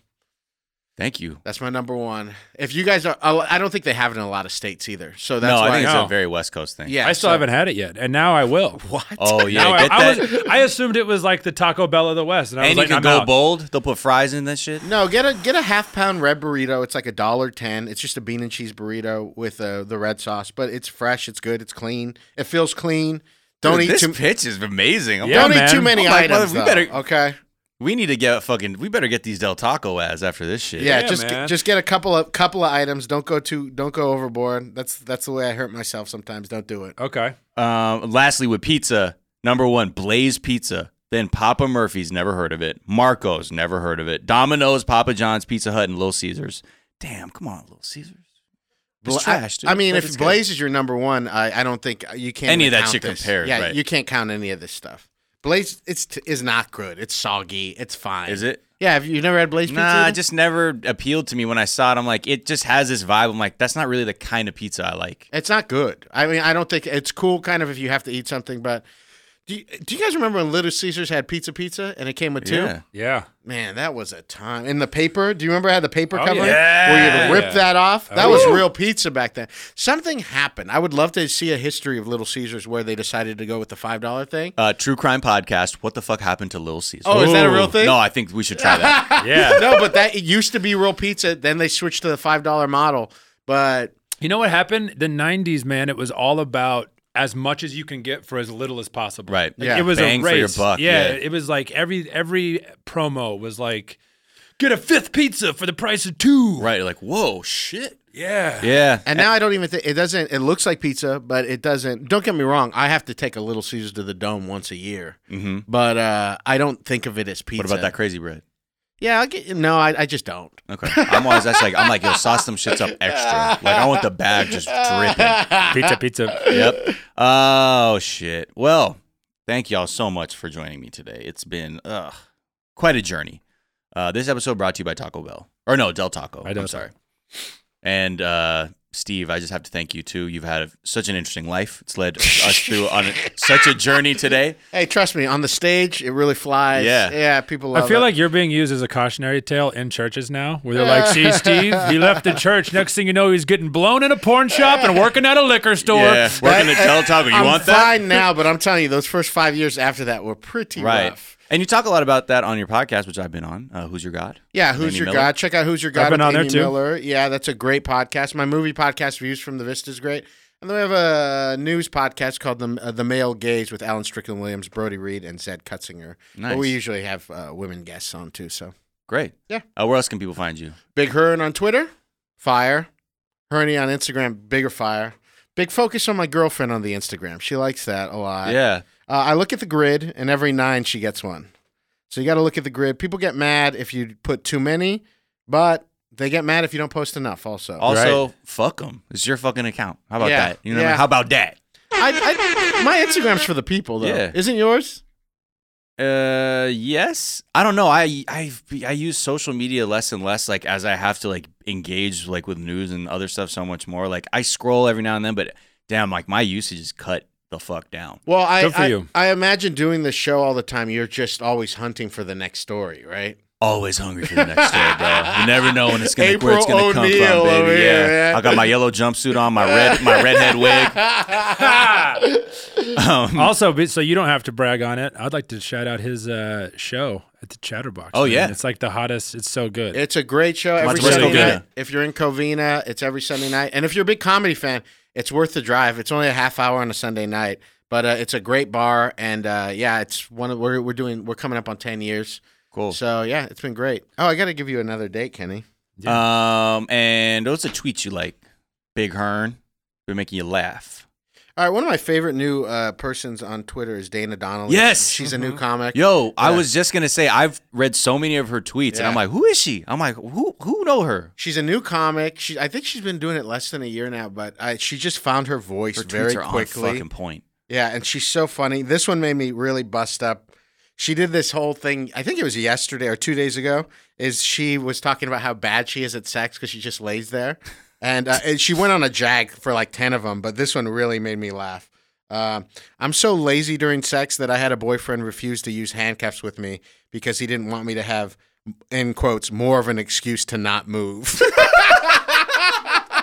Speaker 1: Thank you.
Speaker 3: That's my number one. If you guys are, I don't think they have it in a lot of states either. So that's
Speaker 1: no,
Speaker 3: why
Speaker 1: I think it's
Speaker 2: No.
Speaker 1: a very West Coast thing.
Speaker 3: yeah.
Speaker 2: I still
Speaker 3: so-
Speaker 2: haven't had it yet, and now I will.
Speaker 3: What?
Speaker 1: Oh yeah.
Speaker 2: Now I,
Speaker 1: get
Speaker 2: I
Speaker 1: that.
Speaker 2: was, I assumed it was like the Taco Bell of the West, and I was
Speaker 1: and
Speaker 2: like,
Speaker 1: you
Speaker 2: I'm
Speaker 1: can go
Speaker 2: out.
Speaker 1: bold. They'll put fries in that shit.
Speaker 3: No, get a get a half pound red burrito. It's like a dollar ten. It's just a bean and cheese burrito with uh, the red sauce, but it's fresh. It's good. It's clean. It feels clean. Don't
Speaker 1: Dude,
Speaker 3: eat
Speaker 1: this
Speaker 3: too.
Speaker 1: pitch is amazing. I'm
Speaker 2: Yeah,
Speaker 3: don't
Speaker 1: like,
Speaker 3: eat too
Speaker 2: man.
Speaker 3: many
Speaker 1: I'm like,
Speaker 3: items.
Speaker 1: Oh brother, we
Speaker 3: though,
Speaker 1: better-
Speaker 3: okay.
Speaker 1: we need to get fucking. We better get these Del Taco ads after this shit.
Speaker 3: Yeah,
Speaker 2: Yeah,
Speaker 3: just
Speaker 2: man.
Speaker 3: just get a couple of couple of items. Don't go too. Don't go overboard. That's that's the way I hurt myself sometimes. Don't do it.
Speaker 2: Okay.
Speaker 1: Um, lastly, with pizza, number one, Blaze Pizza. Then Papa Murphy's, never heard of it. Marco's, never heard of it. Domino's, Papa John's, Pizza Hut, and Little Caesars. Damn, come on, Little Caesars. It's
Speaker 3: Bla-
Speaker 1: trash, dude.
Speaker 3: I, I mean,
Speaker 1: Like,
Speaker 3: if
Speaker 1: it's good.
Speaker 3: Blaze is your number one, I, I don't think you can't
Speaker 1: Any
Speaker 3: even
Speaker 1: of that
Speaker 3: count
Speaker 1: shit
Speaker 3: this.
Speaker 1: compared,
Speaker 3: Yeah,
Speaker 1: right.
Speaker 3: you can't count any of this stuff. Blaze, it's t- is not good. It's soggy. It's fine.
Speaker 1: Is it?
Speaker 3: Yeah, have you you've never had Blaze pizza?
Speaker 1: Nah,
Speaker 3: either?
Speaker 1: it just never appealed to me when I saw it. I'm like, it just has this vibe. I'm like, that's not really the kind of pizza I like.
Speaker 3: It's not good. I mean, I don't think it's cool. Kind of if you have to eat something, but do you, do you guys remember when Little Caesars had pizza pizza and it came with two?
Speaker 1: Yeah.
Speaker 2: Yeah.
Speaker 3: Man, that was a time. And the paper. Do you remember I had the paper
Speaker 2: Oh,
Speaker 3: cover
Speaker 1: yeah.
Speaker 3: where you'd rip
Speaker 2: Yeah.
Speaker 3: that off? That
Speaker 2: Oh,
Speaker 3: was
Speaker 2: yeah.
Speaker 3: real pizza back then. Something happened. I would love to see a history of Little Caesars where they decided to go with the five dollar thing.
Speaker 1: Uh, True Crime Podcast. What the fuck happened to Little Caesars?
Speaker 3: Oh, is that a real
Speaker 1: Ooh.
Speaker 3: thing?
Speaker 1: No, I think we should try that. <laughs>
Speaker 2: Yeah.
Speaker 3: no, but that it used to be real pizza. Then they switched to the five dollar model. But
Speaker 2: You know what happened? The '90s, man. It was all about as much as you can get for as little as possible.
Speaker 1: Right.
Speaker 2: Like,
Speaker 3: Yeah.
Speaker 2: It was
Speaker 1: Bang
Speaker 2: a
Speaker 1: for your
Speaker 2: race.
Speaker 1: buck,
Speaker 2: Yeah,
Speaker 1: yeah.
Speaker 2: It was like every every promo was like, get a fifth pizza for the price of two.
Speaker 1: right. Like, whoa, shit.
Speaker 2: Yeah.
Speaker 1: Yeah.
Speaker 3: And now I don't even think it doesn't. It looks like pizza, but it doesn't. Don't get me wrong. I have to take a Little Caesars to the Dome once a year,
Speaker 1: Mhm.
Speaker 3: but uh, I don't think of it as pizza.
Speaker 1: What about that crazy bread?
Speaker 3: Yeah, I get, no, I, I
Speaker 1: <laughs>
Speaker 3: just don't.
Speaker 1: Okay. I'm always that's like I'm like, yo, sauce them shits up extra. Like I want the bag just dripping. <laughs>
Speaker 2: <laughs> Pizza, pizza.
Speaker 1: Yep. Oh shit. Well, thank y'all so much for joining me today. It's been uh quite a journey. Uh this episode brought to you by Taco Bell. Or no, Del Taco.
Speaker 2: By Del
Speaker 1: I'm sorry. And uh Steve, I just have to thank you too. You've had such an interesting life. It's led us through on such a journey
Speaker 3: <laughs>
Speaker 1: today.
Speaker 3: Hey, trust me, on the stage it really flies.
Speaker 1: Yeah.
Speaker 3: yeah, people. Love
Speaker 2: I feel
Speaker 3: it.
Speaker 2: like you're being used as a cautionary tale in churches now, where they're like, "See, Steve, he
Speaker 1: <laughs>
Speaker 2: left the church. Next thing you know, he's getting blown in a porn shop and working at a liquor store."
Speaker 1: Yeah, working at Del Taco. You
Speaker 3: I'm
Speaker 1: want that?
Speaker 3: fine now, but I'm telling you, those first five years after that were pretty
Speaker 1: Right.
Speaker 3: rough.
Speaker 1: And you talk a lot about that on your podcast, which I've been on. Uh, Who's your God?
Speaker 3: Yeah, who's
Speaker 1: Laney
Speaker 3: your
Speaker 1: Miller.
Speaker 3: god? Check out who's your god.
Speaker 2: I've been
Speaker 3: with
Speaker 2: on there
Speaker 3: Amy
Speaker 2: too.
Speaker 3: Miller. Yeah, that's a great podcast. My movie podcast, Views from the Vista, is great. And then we have a news podcast called the uh, the Male Gaze with Alan Strickland Williams, Brody Reed, and Zed Kutzinger.
Speaker 1: Nice.
Speaker 3: But we usually have uh, women guests on too. So
Speaker 1: Great.
Speaker 3: Yeah.
Speaker 1: Uh, where else can people find you?
Speaker 3: Big Hearn on Twitter, Fire. Herney on Instagram, Bigger Fire. Big focus on my girlfriend on the Instagram. She likes that a lot.
Speaker 1: yeah.
Speaker 3: Uh, I look at the grid, and every nine she gets one. So you got to look at the grid. People get mad if you put too many, but they get mad if you don't post enough. Also,
Speaker 1: Also, fuck 'em. fuck them. It's your fucking account. How about
Speaker 3: Yeah.
Speaker 1: that? You know, what I
Speaker 3: Yeah.
Speaker 1: mean? how about that?
Speaker 3: I, I, my Instagram's for the people, though.
Speaker 1: Yeah.
Speaker 3: Isn't yours?
Speaker 1: Uh, yes. I don't know. I I I use social media less and less. Like as I have to like engage like with news and other stuff so much more. Like I scroll every now and then, but damn, like my usage is cut the fuck down.
Speaker 3: Well, I
Speaker 2: Good for
Speaker 3: I,
Speaker 2: you.
Speaker 3: I imagine doing this show all the time. You're just always hunting for the next story, right?
Speaker 1: Always hungry for the next day, bro. You never know when it's gonna where it's
Speaker 3: April
Speaker 1: gonna come from,
Speaker 3: O'Neil over
Speaker 1: baby.
Speaker 3: here,
Speaker 1: Yeah.
Speaker 3: man.
Speaker 1: I got my yellow jumpsuit on, my red my redhead
Speaker 3: <laughs>
Speaker 1: wig. Um,
Speaker 2: Also, but- so you don't have to brag on it. I'd like to shout out his uh, show at the Chatterbox.
Speaker 1: Oh,
Speaker 2: man.
Speaker 1: yeah.
Speaker 2: it's like the hottest. It's so good.
Speaker 3: It's a great show every
Speaker 1: to West
Speaker 3: Sunday
Speaker 1: Covina.
Speaker 3: night. If you're in Covina, it's every Sunday night. And if you're a big comedy fan, it's worth the drive. It's only a half hour on a Sunday night, but uh, it's a great bar. And uh, yeah, it's one of we're we're doing we're coming up on ten years.
Speaker 1: cool.
Speaker 3: So yeah, it's been great. Oh, I got to give you another date, Kenny.
Speaker 1: Um, and those are tweets you like, Big Hearn. We're making you laugh.
Speaker 3: All right, one of my favorite new uh, persons on Twitter is Dana Donnelly.
Speaker 1: Yes. Mm-hmm.
Speaker 3: she's a new comic.
Speaker 1: Yo, I
Speaker 3: Yeah.
Speaker 1: was just gonna say I've read so many of her tweets, and
Speaker 3: Yeah.
Speaker 1: I'm like, who is she? I'm like, who who know her?
Speaker 3: She's a new comic. She, I think she's been doing it less than a year now, but I, she just found her voice
Speaker 1: Her
Speaker 3: very
Speaker 1: tweets are
Speaker 3: quickly.
Speaker 1: on fucking point.
Speaker 3: Yeah, and she's so funny. This one made me really bust up. She did this whole thing. I think it was yesterday or two days ago. Is she was talking about how bad she is at sex because she just lays there, and, uh, and she went on a jag for like ten of them. But this one really made me laugh. Uh, I'm so lazy during sex that I had a boyfriend refuse to use handcuffs with me because he didn't want me to have, in quotes, more of an excuse to not move. <laughs>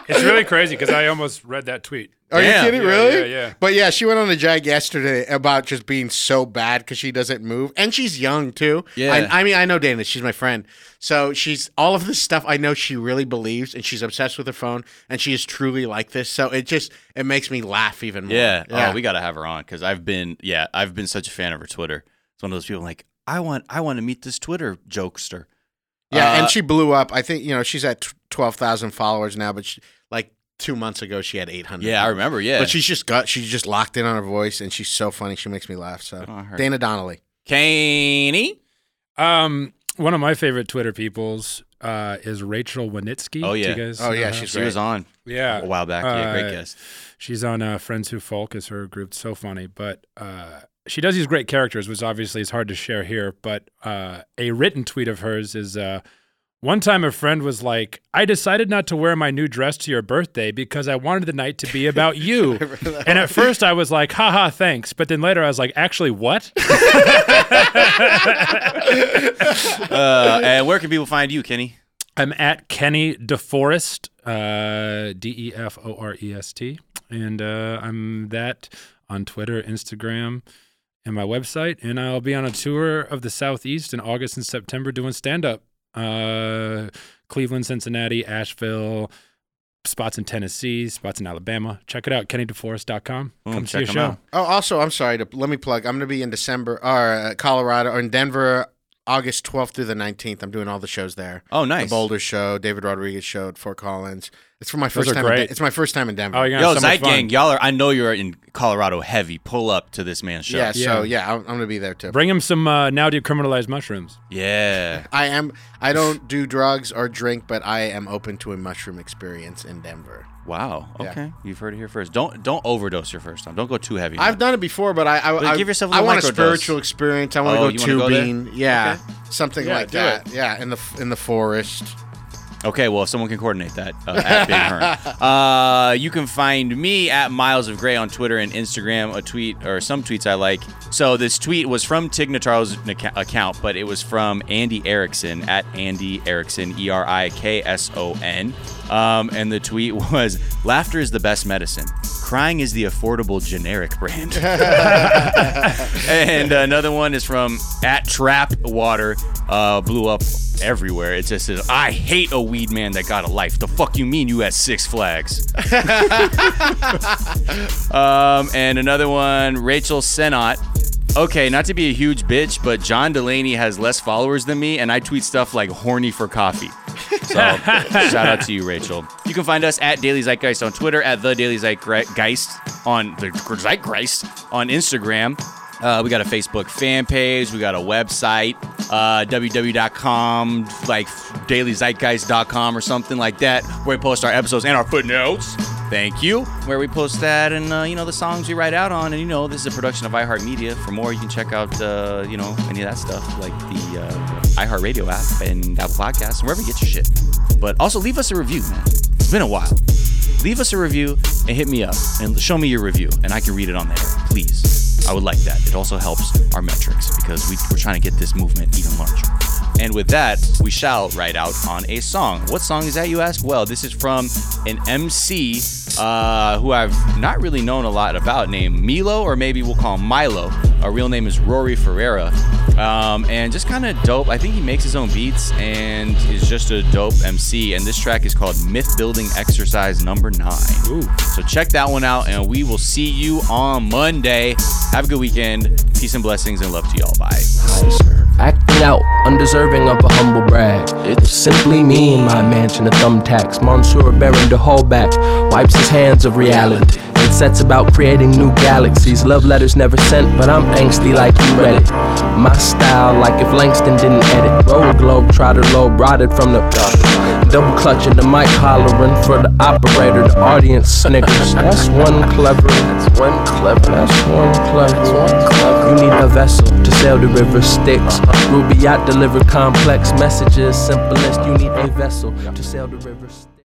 Speaker 2: It's really crazy because I almost read that tweet.
Speaker 3: Are
Speaker 1: Damn.
Speaker 3: you kidding?
Speaker 2: Yeah,
Speaker 3: really?
Speaker 2: yeah, yeah.
Speaker 3: But yeah, she went on a jag yesterday about just being so bad because she doesn't move, and she's young too.
Speaker 1: Yeah.
Speaker 3: I, I mean, I know Dana; she's my friend, so she's all of this stuff. I know she really believes, and she's obsessed with her phone, and she is truly like this. So it just it makes me laugh even more.
Speaker 1: Yeah. Oh, we gotta have her on because I've been yeah I've been such a fan of her Twitter. It's one of those people like I want I want to meet this Twitter jokester.
Speaker 3: yeah,
Speaker 1: Uh,
Speaker 3: and she blew up. I think you know she's at twelve thousand followers now, but she, like two months ago she had eight hundred.
Speaker 1: Yeah, I remember. Yeah.
Speaker 3: But she's just got she's just locked in on her voice, and she's so funny. She makes me laugh. So
Speaker 1: on her.
Speaker 3: Dana Donnelly.
Speaker 1: Caney.
Speaker 2: <laughs> Um, one of my favorite Twitter peoples uh, is Rachel Winitsky.
Speaker 1: Oh,
Speaker 2: Do you
Speaker 1: yeah.
Speaker 2: guys
Speaker 3: Oh
Speaker 2: know
Speaker 3: yeah,
Speaker 2: her?
Speaker 3: she's
Speaker 1: She was
Speaker 3: great.
Speaker 1: on
Speaker 2: yeah.
Speaker 1: a while back. Yeah,
Speaker 2: Uh,
Speaker 1: great guest.
Speaker 2: She's on uh, Friends Who Folk is her group. It's so funny, but uh, she does these great characters, which obviously is hard to share here. But uh, a written tweet of hers is uh, one time a friend was like, "I decided not to wear my new dress to your birthday because I wanted the night to be about you." and at first I was like, "Haha, thanks," but then later I was like, "Actually, what?"
Speaker 1: Uh, and where can people find you, Kenny?
Speaker 2: I'm at Kenny DeForest, uh, D E F O R E S T, and uh, I'm that on Twitter, Instagram, and my website. And I'll be on a tour of the Southeast in August and September doing stand up. Uh, Cleveland, Cincinnati, Asheville, spots in Tennessee, spots in Alabama. Check it out, kennydeforest.com.
Speaker 1: Boom,
Speaker 2: Come see
Speaker 1: Mm, check
Speaker 2: your
Speaker 1: 'em
Speaker 2: show.
Speaker 1: out.
Speaker 3: Oh, also, I'm sorry to let me plug. I'm going to be in December or uh, Colorado or in Denver, August 12th through the 19th. I'm doing all the shows there.
Speaker 1: Oh, nice.
Speaker 3: The Boulder show, David Rodriguez show at Fort Collins. It's for my
Speaker 2: Those
Speaker 3: first
Speaker 2: are
Speaker 3: time.
Speaker 2: great.
Speaker 3: In De- it's my first time in Denver.
Speaker 2: Oh, you're gonna
Speaker 1: Yo,
Speaker 2: have so much
Speaker 1: Zeit Gang,
Speaker 2: fun.
Speaker 1: y'all are. I know you're in Colorado heavy. Pull up to this man's show.
Speaker 3: yeah,
Speaker 2: Yeah.
Speaker 3: So yeah, I'm, I'm going to be there too.
Speaker 2: Bring him some uh, now decriminalized mushrooms.
Speaker 1: Yeah.
Speaker 3: I am. I don't do drugs or drink, but I am open to a mushroom experience in Denver.
Speaker 1: Wow.
Speaker 3: Yeah.
Speaker 1: Okay. You've heard it here first. Don't don't overdose your first time. Don't go too heavy.
Speaker 3: I've done it before, but I I, I
Speaker 1: give yourself a
Speaker 3: I
Speaker 1: little
Speaker 3: want a
Speaker 1: microdose.
Speaker 3: spiritual experience. I want
Speaker 1: Oh,
Speaker 3: to
Speaker 1: you
Speaker 3: go
Speaker 1: wanna go there?
Speaker 3: tubing. yeah, something
Speaker 2: Yeah,
Speaker 3: like
Speaker 2: do
Speaker 3: that. Yeah, in the f- in the forest.
Speaker 1: Okay, well, if someone can coordinate that uh, at Big Hearn. Uh, you can find me at Miles of Gray on Twitter and Instagram, a tweet or some tweets I like. So this tweet was from Tig Notaro's naca- account, but it was from Andy Erickson at Andy Erickson, E R I K S O N. Um, and the tweet <laughs> was Laughter is the best medicine. Crying is the affordable generic brand. and another one is from at trap water uh, blew up everywhere it just says i hate a weed man that got a life the fuck you mean you at six flags um, and another one rachel senot okay not to be a huge bitch but john delaney has less followers than me and i tweet stuff like horny for coffee so shout out to you rachel you can find us at daily zeitgeist on twitter at the daily zeitgeist on the zeitgeist on instagram uh, we got a Facebook fan page. We got a website, uh, www.com, like dailyzeitgeist.com or something like that, where we post our episodes and our footnotes. Thank you. Where we post that and, uh, you know, the songs we write out on. And, you know, this is a production of iHeartMedia. For more, you can check out, uh, you know, any of that stuff, like the uh, iHeartRadio app and Apple Podcasts and wherever you get your shit. But also leave us a review, man. It's been a while. Leave us a review and hit me up and show me your review, and I can read it on there, please. I would like that. It also helps our metrics because we, we're trying to get this movement even larger. And with that, we shall write out on a song. What song is that, you ask? Well, this is from an MC uh, who I've not really known a lot about, named Milo, or maybe we'll call him Milo. Our real name is Rory Ferreira. Um, and just kind of dope. I think he makes his own beats and is just a dope MC. And this track is called Myth Building Exercise Number Nine. So check that one out, and we will see you on Monday. Have a good weekend. Peace and blessings, and love to y'all. Bye.
Speaker 5: Acting out, undeserving of a humble brag. It's simply me in my mansion of thumbtacks. Monsieur Baron de Hallback wipes his hands of reality and sets about creating new galaxies. Love letters never sent, but I'm angsty like you read it. My style, like if Langston didn't edit. Road globe, trotter low, rotted from the double clutching the mic, hollering for the operator. The audience snickers. That's one clever. That's one clever. That's one clever. You need a vessel to sail the river Styx. Ruby, I deliver complex messages. Simplest, you need a vessel to sail the river Styx.